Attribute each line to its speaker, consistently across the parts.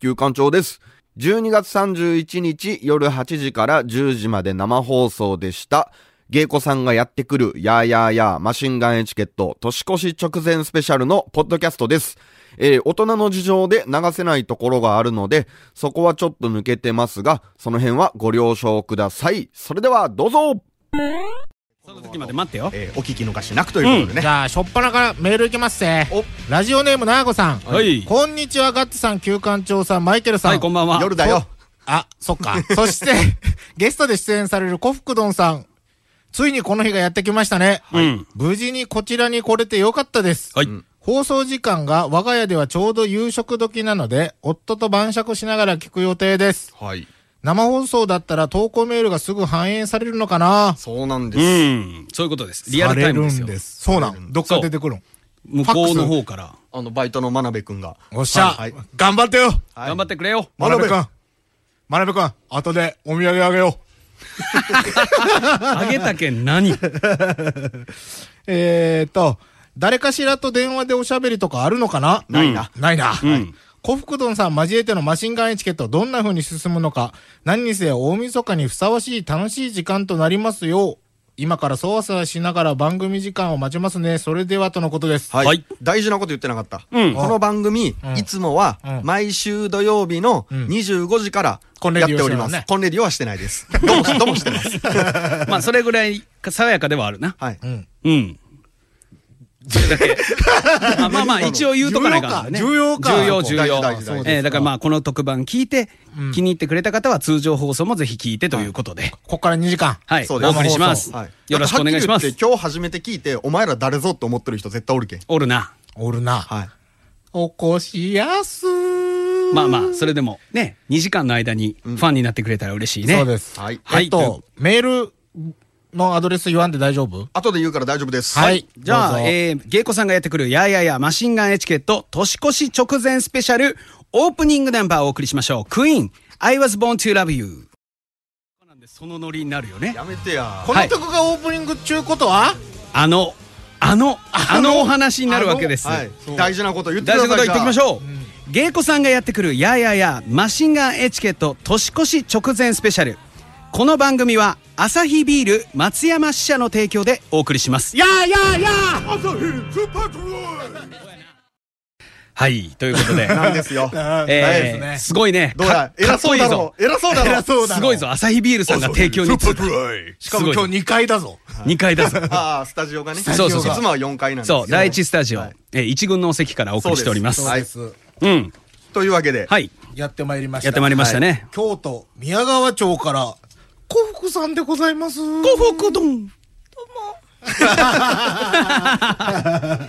Speaker 1: 旧館長です。12月31日夜8時から10時まで生放送でした。芸妓さんがやってくる、やーやーやーマシンガンエチケット、年越し直前スペシャルのポッドキャストです。えー大人の事情で流せないところがあるので、そこはちょっと抜けてますが、その辺はご了承ください。それでは、どうぞ
Speaker 2: その時まで待ってよ。
Speaker 3: えーお聞き逃しなくということで
Speaker 4: じ
Speaker 3: ね。
Speaker 4: ゃあ、しょっぱなからメールいきますぜ。ラジオネーム、なあこさん。
Speaker 2: はい。
Speaker 4: こんにちは、ガッツさん、旧館長さん、マイケルさん。
Speaker 2: はい、こんばんは。
Speaker 3: 夜だよ。
Speaker 4: あ、そっか。 そして、ゲストで出演されるコフクドンさん。ついにこの日がやってきましたね。
Speaker 2: うん。
Speaker 4: 無事にこちらに来れてよかったです。
Speaker 2: はい。
Speaker 4: 放送時間が我が家ではちょうど夕食時なので、夫と晩酌しながら聞く予定です。
Speaker 3: はい。
Speaker 4: 生放送だったら投稿メールがすぐ反映されるのかな
Speaker 3: そうなんで
Speaker 2: う
Speaker 3: す。
Speaker 2: ん。そういうことです。リアルタイムです
Speaker 4: され
Speaker 2: よ
Speaker 4: るん。です。そうなん。どっから出てくるん。
Speaker 2: 向こうの方から。
Speaker 3: あの、バイトの真鍋くんが。
Speaker 4: おっしゃ
Speaker 3: はいはい。
Speaker 4: 頑張ってよ
Speaker 2: 頑張ってくれよ。
Speaker 4: 真鍋くん。真鍋くん、後でお土産あげよう。
Speaker 2: あげたけん 何
Speaker 4: えーと、誰かしらと電話でおしゃべりとかあるのかな
Speaker 3: ないな。
Speaker 4: ないな。
Speaker 2: うん
Speaker 4: はいコフクドンさん交えてのマシンガンエチケット、どんな風に進むのか、何にせよ大晦日にふさわしい楽しい時間となりますよう、今からそわそわしながら番組時間を待ちますね。それではとのことです。
Speaker 3: はい、
Speaker 2: はい
Speaker 3: 大事なこと言ってなかった。
Speaker 2: うん
Speaker 3: この番組、いつもは
Speaker 4: うん
Speaker 3: 毎週土曜日の
Speaker 4: ん
Speaker 3: 25時から
Speaker 4: コンレ
Speaker 3: やっ
Speaker 4: ディを
Speaker 3: ており
Speaker 4: し
Speaker 3: ま
Speaker 4: て
Speaker 3: す
Speaker 4: ますね。
Speaker 3: コンレディオはしてないです。どうも、どうもしてます。
Speaker 2: まあ、それぐらい爽やかではあるな。
Speaker 3: はい。
Speaker 2: うん。それだ け。あまあまあ、一応言うとかないからね。
Speaker 4: 重要か
Speaker 2: 重要、重
Speaker 3: 重要
Speaker 2: 要
Speaker 3: 大事大事大。事
Speaker 2: えーだからまあ、この特番聞いて、気に入ってくれた方は通常放送もぜひ聞いてということで。
Speaker 4: ここから2時間。
Speaker 2: はい。
Speaker 3: そ
Speaker 2: お
Speaker 3: うです
Speaker 2: 送りします
Speaker 3: はい。
Speaker 2: よろしくお願いしま
Speaker 3: だっ
Speaker 2: す
Speaker 3: て。はっきり言って今日初めて聞いて、お前ら誰ぞって思ってる人絶対おるけん。
Speaker 2: おるな。
Speaker 4: おるな。
Speaker 3: はい。
Speaker 4: おこしやすー
Speaker 2: まあまあ、それでも、ね、2時間の間にファンになってくれたら嬉しいね。
Speaker 4: そうです。
Speaker 3: はい
Speaker 4: えっ
Speaker 2: はい
Speaker 4: と、メールのアドレス言わんで大丈夫
Speaker 3: 後で言うから大丈夫です。
Speaker 4: はい
Speaker 2: じゃ
Speaker 4: どう
Speaker 2: あ、
Speaker 4: ぞ
Speaker 2: えー、芸妓さんがやってくる、やーやーやーマシンガンエチケット、年越し直前スペシャル、オープニングナンバーをお送りしましょう。クイーン、I was born to love you。なんで、そのノリになるよね。
Speaker 3: やめてや。
Speaker 4: この曲がオープニング中ことは
Speaker 2: あの、あの、あのお話になるわけです。
Speaker 3: はい。大事なこと言ってくだ
Speaker 2: 大
Speaker 3: さ
Speaker 2: 事なこと
Speaker 3: い。
Speaker 2: 言っておきまし
Speaker 3: う。
Speaker 2: ょう。芸妓さんがやってくる、やーやーやーマシンガンエチケット、年越し直前スペシャル。この番組は、アサヒビール松山支社の提供でお送りします。
Speaker 4: やーやーやー
Speaker 2: はい、ということで。
Speaker 3: なんで すよ。
Speaker 4: あー大
Speaker 2: え
Speaker 4: 事
Speaker 2: ー、
Speaker 4: です
Speaker 2: すごいね。
Speaker 3: どうだ
Speaker 2: かか
Speaker 3: 偉
Speaker 2: っこ
Speaker 3: そう
Speaker 2: いい
Speaker 3: だ
Speaker 2: ぞ
Speaker 3: ろ。。偉そうだろ。
Speaker 4: 偉そうだろ
Speaker 2: すごいぞ。アサヒビールさんが提供についた。
Speaker 4: しかも今
Speaker 2: すごい
Speaker 4: 日2回だぞ。
Speaker 2: 2階だぞ。
Speaker 3: ああ、スタジオがね。
Speaker 2: タジオが
Speaker 3: いつもは4階なんですけど
Speaker 2: そう、第一スタジオ、
Speaker 3: はい
Speaker 2: えー一軍のお席からお送りしております。
Speaker 3: そう
Speaker 2: う
Speaker 3: で
Speaker 4: そうです
Speaker 2: ん。
Speaker 3: というわけで。
Speaker 2: はい。
Speaker 4: やってまいりました。
Speaker 2: やってまいりましたね
Speaker 4: はい京都、宮川町から、幸福さんでございます。
Speaker 2: 幸福丼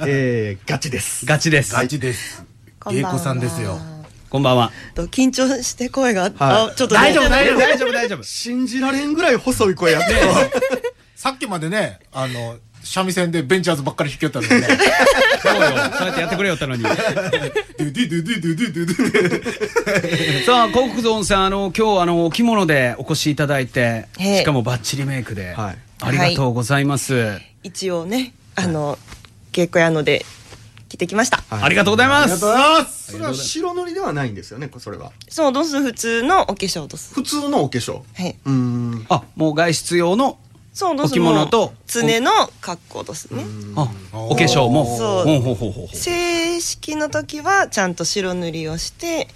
Speaker 3: えー、ガチです。
Speaker 2: ガチです。
Speaker 4: 大事です。
Speaker 5: こん
Speaker 4: 芸
Speaker 5: ばんは
Speaker 4: 妓さんですよ。
Speaker 2: こんばんは。
Speaker 5: と緊張して声が、
Speaker 3: はい
Speaker 5: あちょっとね
Speaker 2: 丈夫、大丈夫、大丈夫。
Speaker 3: 信じられんぐらい細い声やってるわ
Speaker 4: さっきまでね、あの、三味線でベンチャーズばっかり弾きよったのにね。
Speaker 2: そうよ。そうやってやってくれよったのに。
Speaker 4: ドゥドゥドゥドゥドゥドゥドゥド ゥ。
Speaker 2: さあ、幸福丼さん、あの、今日、あの、お着物でお越しいただいて、
Speaker 5: ええ
Speaker 2: しかもバッチリメイクで、
Speaker 3: はい
Speaker 2: ありがとうございます。
Speaker 5: 一応ねあの稽古屋ので来てきました、
Speaker 3: はい
Speaker 2: ありがとうござい
Speaker 4: あ
Speaker 2: ま
Speaker 4: りが
Speaker 2: す
Speaker 4: とう。ございます。
Speaker 3: それは白塗りではないんですよね、それは。
Speaker 5: そうどうする普通のお化粧どうす
Speaker 3: 普通のお化粧。
Speaker 5: はい、
Speaker 3: うーん。
Speaker 2: あ、もう外出用の、
Speaker 5: そうどうす
Speaker 2: お着物と
Speaker 5: 常の格好どうすね
Speaker 2: あ、お化粧も。
Speaker 5: そ
Speaker 2: ほ
Speaker 5: う
Speaker 2: うほうほうほうほう。
Speaker 5: 正式の時はちゃんと白塗りをして、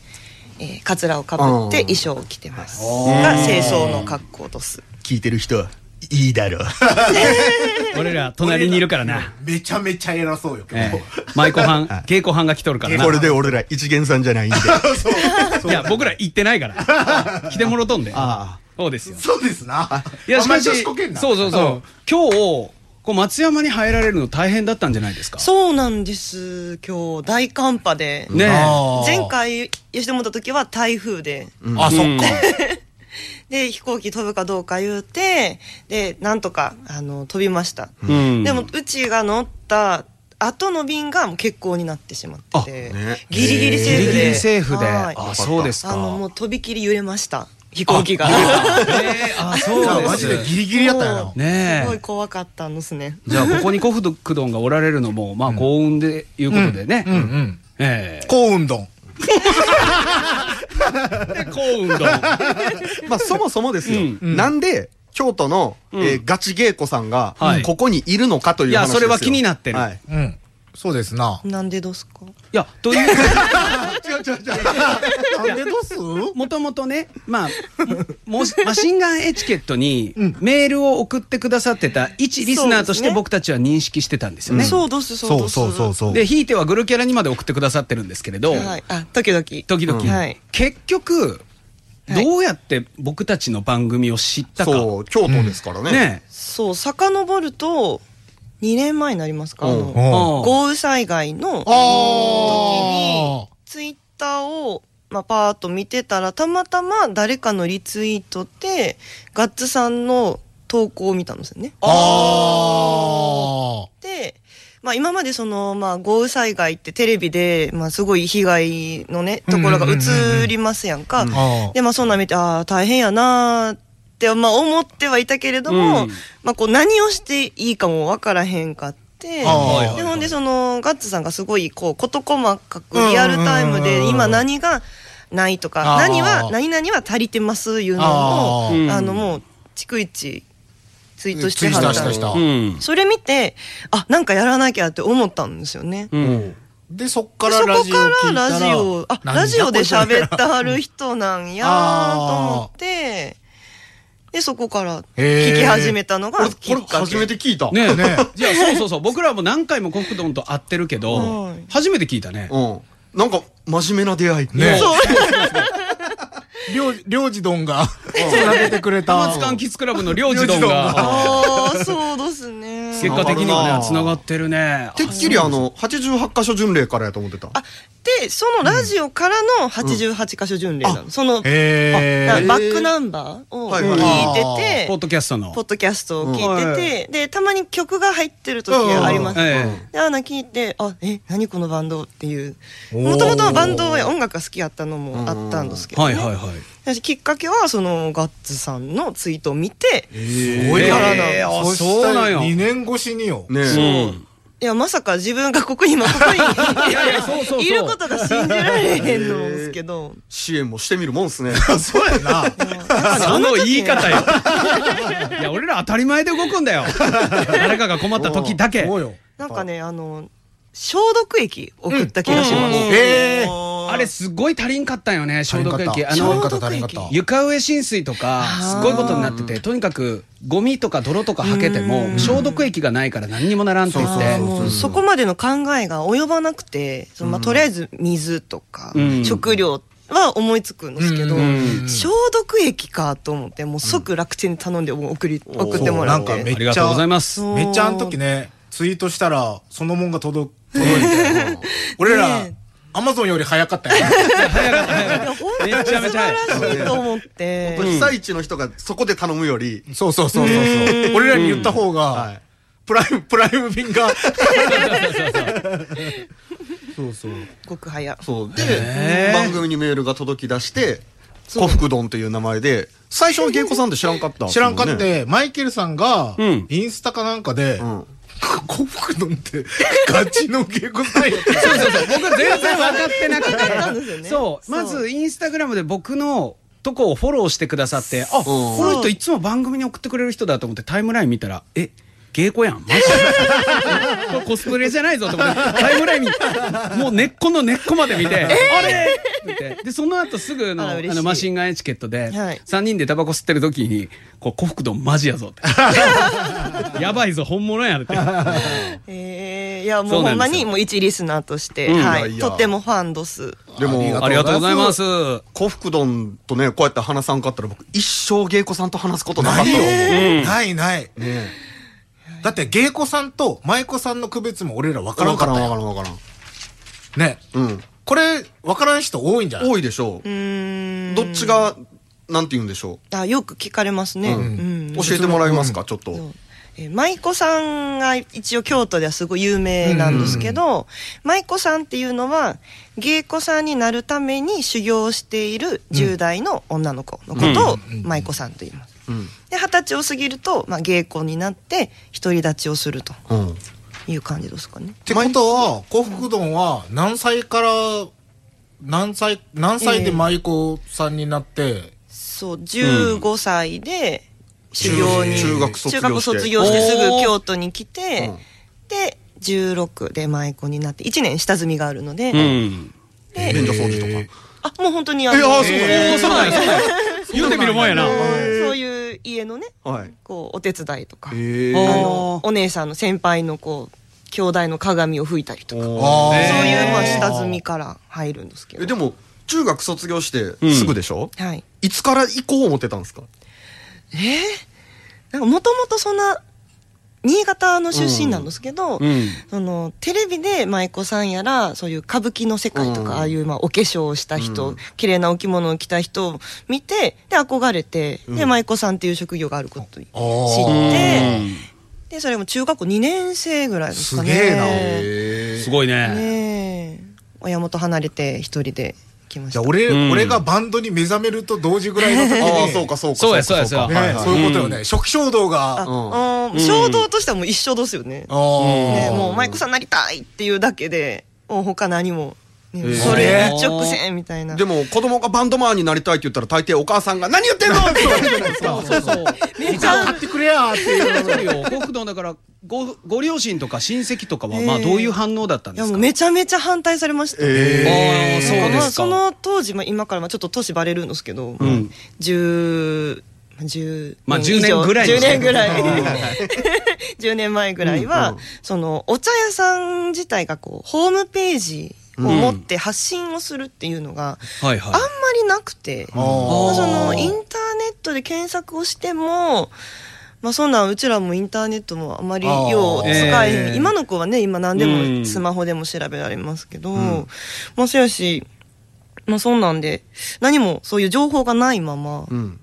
Speaker 5: えー、カツラをかぶって
Speaker 3: うん
Speaker 5: 衣装を着てますが清掃の格好どうす
Speaker 3: 聞いてる人は、いいだろう。
Speaker 2: 俺ら隣にいるからな。
Speaker 4: めちゃめちゃ偉そうよ、今
Speaker 2: え
Speaker 4: 日。
Speaker 2: え、舞妓班、稽古班が来とるからな。
Speaker 3: これで俺ら一元さんじ ゃないんで。
Speaker 2: いや、僕ら行ってない から。来てもろとんで。
Speaker 3: あ
Speaker 2: そうですよ。
Speaker 4: そうですな。
Speaker 2: いや、
Speaker 4: あ
Speaker 2: し
Speaker 4: んま
Speaker 2: か
Speaker 4: り
Speaker 2: し、
Speaker 4: 女子こけんな
Speaker 2: そうそうそう。今日、こう松山に入られるの大変だったんじゃないですか。
Speaker 5: そうなんです今日大寒波で、
Speaker 2: ねえ。
Speaker 4: あー
Speaker 5: 前回吉本の時は台風で
Speaker 4: あ、そっか。
Speaker 5: で飛行機飛ぶかどうか言うてでなんとかあの飛びました、
Speaker 2: うん。
Speaker 5: でもうちが乗った後の便がもう欠航になってしまってて、
Speaker 3: あね
Speaker 5: ギリギリセーフ
Speaker 2: ギ
Speaker 5: で
Speaker 2: リギリセーフで。
Speaker 5: はい
Speaker 2: あ、そうですか。
Speaker 5: あのもう飛び切り揺れました飛行機が
Speaker 2: ええあ、
Speaker 4: じゃ
Speaker 2: そ
Speaker 4: あ
Speaker 2: う
Speaker 4: マジで
Speaker 2: です。
Speaker 4: ギリギリやったよな。
Speaker 2: ねえ
Speaker 5: すごい怖かったんですね
Speaker 2: じゃあ、ここに古福丼がおられるのも、まあ、幸運でいうことでね。
Speaker 4: うんうん。
Speaker 2: ええ
Speaker 4: 幸運丼。
Speaker 2: で、幸運どん。
Speaker 3: まあ、そもそもですよ、
Speaker 2: うん
Speaker 3: なんで京都の、
Speaker 2: うん
Speaker 3: えーガチ芸子さんが
Speaker 2: はい
Speaker 3: ここにいるのかという話
Speaker 2: いや
Speaker 3: ですよ
Speaker 2: それは気になってる
Speaker 3: はい、
Speaker 4: うん。そうですな。
Speaker 5: なんでどすか
Speaker 2: いや、という、
Speaker 3: 違う違う違う
Speaker 4: なんでどす
Speaker 2: もともとね、 まあ、ももしマシンガンエチケットにメールを送ってくださってた一リスナーとし
Speaker 5: そ
Speaker 2: て
Speaker 5: うですね
Speaker 2: 僕たちは認識してたんですよね。
Speaker 5: そうどす、そう
Speaker 4: そ
Speaker 5: ど
Speaker 4: う
Speaker 5: す。
Speaker 4: そうそうそう。
Speaker 2: で、ひいてはグルキャラにまで送ってくださってるんですけれど、
Speaker 5: はい。あ、時々。
Speaker 2: 時々、
Speaker 5: うんはい
Speaker 2: 結局、
Speaker 5: はい
Speaker 2: どうやって僕たちの番組を知ったか。
Speaker 3: そう京都ですからね,、
Speaker 2: ね
Speaker 5: そう、遡ると、2年前になりますかあ
Speaker 3: うん
Speaker 5: の、
Speaker 4: お
Speaker 2: うん
Speaker 5: 豪雨災害の
Speaker 4: あ
Speaker 5: ツイッターを、まあ、パーッと見てたら、たまたま誰かのリツイートで、ガッツさんの投稿を見たんですよね。
Speaker 4: ああ
Speaker 5: で、まあ今までその、まあ豪雨災害ってテレビで、まあすごい被害のね、ところが映りますやんか。
Speaker 4: あ
Speaker 5: で、まあそんなん見て、ああ、大変やなーって、まあ思ってはいたけれども、
Speaker 2: うん
Speaker 5: まあこう何をしていいかもわからへんかって、
Speaker 4: あー
Speaker 5: で、ほんでその、ガッツさんがすごい、こう、事細かくリアルタイム
Speaker 4: うんうんうんう
Speaker 5: で、
Speaker 4: ん
Speaker 5: 今何がないと
Speaker 4: あ
Speaker 5: か、
Speaker 4: ー
Speaker 5: 何は、何々は足りてますいうの
Speaker 4: あ
Speaker 5: を、
Speaker 2: ー
Speaker 5: あのもう、逐一、ツイートし
Speaker 4: ツ
Speaker 5: て
Speaker 4: イ
Speaker 5: は
Speaker 4: し
Speaker 5: ったた
Speaker 4: した
Speaker 5: ん
Speaker 4: し
Speaker 5: で
Speaker 4: た。
Speaker 2: うん。
Speaker 5: それ見て、あ、なんかやらなきゃって思ったんですよね。
Speaker 2: うん。
Speaker 4: で、そっか
Speaker 5: で
Speaker 4: ら
Speaker 5: そ
Speaker 4: ラ
Speaker 5: こ
Speaker 4: ジオ聞
Speaker 5: か
Speaker 4: いたら。
Speaker 5: らラジオ、あ、ラジオで喋ってはる人なんやーと思って、で、そこから聞き始めたのが
Speaker 3: 俺
Speaker 5: きっ
Speaker 3: これ
Speaker 5: か
Speaker 3: 初めて
Speaker 5: け。
Speaker 3: 聞いた、
Speaker 2: ねえ
Speaker 4: ね
Speaker 2: じゃあそうそうそう僕らも何回もコクドンと会ってるけど、
Speaker 5: はい
Speaker 2: 初めて聞いたね、
Speaker 3: うん、なんか真面目な出会い
Speaker 4: ね
Speaker 3: そう
Speaker 4: りょう、りょうじどんが 育ててくれ
Speaker 2: 浜
Speaker 4: た
Speaker 2: 津。柑橘クラブの両児童が
Speaker 5: ああ、そうですね。
Speaker 2: 結果的にはね
Speaker 3: つ
Speaker 2: つ
Speaker 3: なが
Speaker 2: なが
Speaker 3: るな
Speaker 2: ってるね
Speaker 3: てっきりあの88箇所巡礼からやと思ってた
Speaker 5: あ、で、そのラジオからの88箇所巡礼なの。その、だか
Speaker 4: へ
Speaker 5: ら
Speaker 4: え。
Speaker 5: バックナンバーを
Speaker 3: はい
Speaker 5: 聞
Speaker 3: はい
Speaker 5: いてて、
Speaker 2: ポッドキャストの
Speaker 5: ポッドキャストを聞いてて、で、たまに曲が入ってる時があります。
Speaker 2: ええ
Speaker 5: で、アナ聞いて、あ、え、何このバンドっていう。
Speaker 4: おー
Speaker 5: もともとバンドは音楽が好きやったのもあったんですけど、
Speaker 2: は
Speaker 5: ね。
Speaker 2: いはいはい
Speaker 5: 私きっかけは、その、ガッツさんのツイートを見て、
Speaker 4: す
Speaker 2: ごい
Speaker 5: キャラなん
Speaker 2: えーあ
Speaker 4: そ
Speaker 2: そうなんや
Speaker 4: 2年越しによ。
Speaker 3: ね
Speaker 2: う
Speaker 3: え
Speaker 2: ん
Speaker 5: いや、まさか自分がここに今、ここ に
Speaker 2: いやいやそうそうそう
Speaker 5: いることが信じられへんのですけど。
Speaker 3: 支援もしてみるもんっ すね
Speaker 4: そうやな。
Speaker 2: その言い方よいや俺ら当たり前で動くんだよ誰かが困った時だけ
Speaker 4: そうよ。
Speaker 5: なんかね、あの、消毒液送った気がします。
Speaker 4: ええ。
Speaker 2: あれすごい足りんかったんよね消毒液あ
Speaker 4: 足りん
Speaker 2: の
Speaker 4: かった、足りんかった。
Speaker 2: 床上浸水とかすごいことになっててとにかくゴミとか泥とかはけても消毒液がないから何にもならんって言っ
Speaker 5: あ
Speaker 2: て
Speaker 5: ーもうそこまでの考えが及ばなくて、そのまあ、とりあえず水とか、
Speaker 2: うん
Speaker 5: 食料は思いつくんですけど、
Speaker 4: うん
Speaker 5: 消毒液かと思ってもう即楽天に頼んでもう送り、送ってもらって
Speaker 4: そうなんかめ
Speaker 2: ありがとうございます
Speaker 5: そう
Speaker 4: めっちゃあの時ね、ツイートしたら、そのもんが届く、届いて。俺ら
Speaker 5: ね、
Speaker 4: アマゾンより早かったよ。
Speaker 2: 早かった早かっ
Speaker 5: 本
Speaker 2: ため
Speaker 5: 当に
Speaker 2: っ
Speaker 5: 素
Speaker 2: ちゃめちゃ
Speaker 5: 晴
Speaker 2: 早い
Speaker 5: らしいと思って
Speaker 3: 被災地の人がそこで頼むより
Speaker 4: そうそうそうそうそう。俺らに言った方が、プライム、プライム便が。そうそう。
Speaker 5: 極早
Speaker 3: そう
Speaker 2: へ
Speaker 3: で
Speaker 2: ー
Speaker 3: 番組にメールが届き出して
Speaker 5: そう
Speaker 3: 古福丼という名前で最初は芸妓さんって知らんかった
Speaker 4: 知らんかっ
Speaker 3: ね
Speaker 4: て、マイケルさんが
Speaker 2: うん、
Speaker 4: インスタかなんかで
Speaker 3: う、ん
Speaker 4: コフクドンって、ガチの芸妓さんやった。
Speaker 2: そうそうそう僕全然分かってなくて
Speaker 5: たんですよね
Speaker 2: そうまずインスタグラムで僕のとこをフォローしてくださってあこの人いつも番組に送ってくれる人だと思ってタイムライン見たらえ芸妓やんマ ジでこれコスプレじゃないぞと思ってタイムライン見もう根っこの根っこまで見て、あれって言ってでその後すぐの
Speaker 5: あら
Speaker 2: あ
Speaker 5: 嬉しい
Speaker 2: のマシンガンエチケットで、
Speaker 5: はい
Speaker 2: 三3人でタバコ吸ってる時に「こう古福丼マジやぞ」って「 やばいぞ本物や」って
Speaker 5: えーいや
Speaker 2: そ
Speaker 5: も
Speaker 2: う
Speaker 5: う
Speaker 2: な
Speaker 5: ほ
Speaker 2: ん
Speaker 5: ん
Speaker 2: で
Speaker 5: ます
Speaker 2: よ
Speaker 5: にもう一リスナーとして、
Speaker 2: うん
Speaker 5: はい
Speaker 3: や
Speaker 5: い
Speaker 3: いや
Speaker 5: とってもファンドス
Speaker 3: でも
Speaker 2: ありがとうございます。
Speaker 3: 古福丼とねこうやって話さんかったら僕一生芸妓さんと話すことなかった
Speaker 4: ない
Speaker 3: と思う
Speaker 4: よ。ないない。
Speaker 3: ね
Speaker 4: だって、芸妓さんと舞妓さんの区別も俺ら分
Speaker 3: えわか
Speaker 4: からら
Speaker 3: ん
Speaker 4: ん
Speaker 3: わかんわか
Speaker 4: からったよ。
Speaker 3: らんわからん
Speaker 4: ね。
Speaker 3: うん
Speaker 4: これ、分からん人多いんじゃない
Speaker 3: 多いでしょ
Speaker 5: うー
Speaker 3: うんどっちがなんて言うんでしょ
Speaker 5: あよく聞かれます
Speaker 3: う
Speaker 5: ね、うん
Speaker 3: 教えてもらえますかちょっと
Speaker 5: そうえー舞妓さんが一応京都ではすごい有名なんですけど、舞妓さんっていうのは芸妓さんになるために修行している10代の女の子のことを舞妓さんと言います。
Speaker 3: うん
Speaker 5: で二十歳を過ぎると、まあ、芸妓になって独り立ちをすると
Speaker 3: うん
Speaker 5: いう感じですかね。
Speaker 4: ってことは、幸福丼は何歳から何歳、何歳で舞妓さんになって、
Speaker 5: そう15歳で修行に、
Speaker 3: 中学卒業して
Speaker 5: 中学卒業してす
Speaker 2: お
Speaker 5: ぐ
Speaker 2: ー
Speaker 5: 京都に来て、で16で舞妓になって1年下積みがあるので、
Speaker 2: うん。
Speaker 5: で
Speaker 3: 便所掃除とか。
Speaker 5: あもう本当にあの
Speaker 3: えあーそ
Speaker 2: お
Speaker 3: う
Speaker 2: ーそうなんや、そうなんや。言うてみるもんやな。
Speaker 5: そういう家のね
Speaker 3: はい。
Speaker 5: こうお手伝いとか、
Speaker 3: ええ。
Speaker 5: あ
Speaker 2: お
Speaker 5: のお姉さんの先輩のこう兄弟の鏡を拭いたりとか、
Speaker 4: あー
Speaker 5: そういうまあ下積みから入るんですけど
Speaker 3: えでも中学卒業して
Speaker 2: うん
Speaker 3: すぐでしょ、
Speaker 5: はい
Speaker 3: いつから行こう思ってたんですか
Speaker 5: えー、なんかもともとそんな新潟の出身なんですけど、
Speaker 2: うん。
Speaker 5: そのテレビで舞妓さんやらそういう歌舞伎の世界とか、
Speaker 3: うん
Speaker 5: ああいうまあお化粧をした人、綺麗なお着物を着た人を見てで憧れて、で舞妓さんっていう職業があることに知ってでそれも中学校2年生ぐらいですか
Speaker 2: う
Speaker 5: ね
Speaker 2: んすごいね。
Speaker 5: ねえ親元離れて一人で来まし
Speaker 4: じゃ
Speaker 5: た
Speaker 4: あ俺、
Speaker 2: うん
Speaker 4: 俺がバンドに目覚めると同時ぐらいの時に、
Speaker 3: ああそうかそうか
Speaker 2: そうやそうやそうや
Speaker 4: ね
Speaker 2: はい
Speaker 4: そういうことよね。初期衝動が、あ
Speaker 5: あ、うん、衝動としてはもう一緒ですよね,、
Speaker 4: ー
Speaker 5: ねもう舞妓さんになりたいっていうだけでもう他何も、ね
Speaker 3: え
Speaker 5: それ一直線みたいな
Speaker 3: でも子供がバンドマンになりたいって言ったら大抵お母さんが「何言ってんの!」って言われるじゃないですか
Speaker 2: そう そう。
Speaker 5: めちゃ
Speaker 4: 買ってくれやーっていう。
Speaker 2: わかるよ。国道だから、ご、ご両親とか親戚とかは、まあ、どういう反応だったん
Speaker 5: い
Speaker 2: で
Speaker 5: や
Speaker 2: す
Speaker 5: も
Speaker 2: か
Speaker 5: うめちゃめちゃ反対されました、
Speaker 2: えーあーそうですか
Speaker 5: まあその当時、まあ、今からまあちょっと年バレるんですけど、
Speaker 2: ん
Speaker 5: 10 10
Speaker 2: まあ
Speaker 5: 以上
Speaker 2: 10年ぐらいです
Speaker 5: 10
Speaker 2: ね
Speaker 5: 年ぐらい 10年前ぐらいは、そのお茶屋さん自体がこうホームページを持って発信をするっていうのが、
Speaker 2: はい
Speaker 5: あんま
Speaker 2: は
Speaker 5: りなくて、まあそのインターネットで検索をしても、まあ、そんなんうちらもインターネットもあまりよう使い、
Speaker 2: あー
Speaker 5: 今の子はね今何で
Speaker 2: う
Speaker 5: も
Speaker 2: ん
Speaker 5: スマホでも調べられますけど、まあそやし、まあ、そんなんで何もそういう情報がないまま
Speaker 2: い。うん。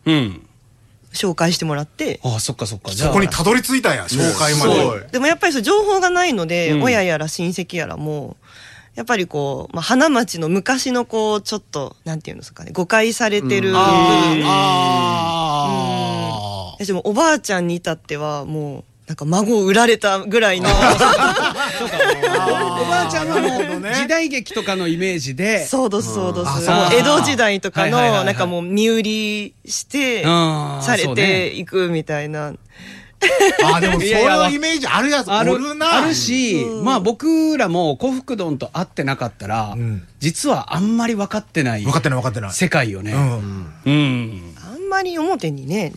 Speaker 5: 紹介してもらって。
Speaker 2: ああ、そっかそっか。じ
Speaker 4: そ
Speaker 2: ゃあ
Speaker 4: こ、にたどり着いたんや、紹介ま
Speaker 3: そ
Speaker 4: で
Speaker 3: う。
Speaker 5: でもやっぱりそう情報がないので、
Speaker 2: うん
Speaker 5: 親やら親戚やらもやっぱりこう、まあ、花町の昔のこうちょっとなんていうんですかね誤解されてる部分
Speaker 4: あ
Speaker 5: えでもおばあちゃんに至ってはもうなんか孫を売られたぐらいの
Speaker 2: おばあちゃんは
Speaker 4: なる
Speaker 2: も
Speaker 4: ほ
Speaker 2: う、
Speaker 4: どね
Speaker 2: 時代劇とかのイメージで、
Speaker 5: そうどすそうど
Speaker 4: あ
Speaker 5: す
Speaker 4: そう
Speaker 5: もう
Speaker 2: か
Speaker 5: 江戸時代とかの
Speaker 2: はいはいはいはい
Speaker 5: なんかもう身売りして
Speaker 2: うん
Speaker 5: され
Speaker 2: そう
Speaker 5: て
Speaker 2: ね
Speaker 5: いくみたい
Speaker 4: あ
Speaker 5: な
Speaker 4: ー、でもそう
Speaker 2: いやいや
Speaker 4: いうイメージあるやつ、
Speaker 2: あ
Speaker 4: お
Speaker 2: る
Speaker 4: るな。
Speaker 2: あるし、まあ僕らも古福丼と会ってなかったら、
Speaker 4: ん
Speaker 2: 実はあんまり分かってない
Speaker 4: 分かってない分かってない。
Speaker 2: 世界よ
Speaker 4: う
Speaker 2: ね。
Speaker 4: ん。
Speaker 2: うん。
Speaker 5: あんまり表にね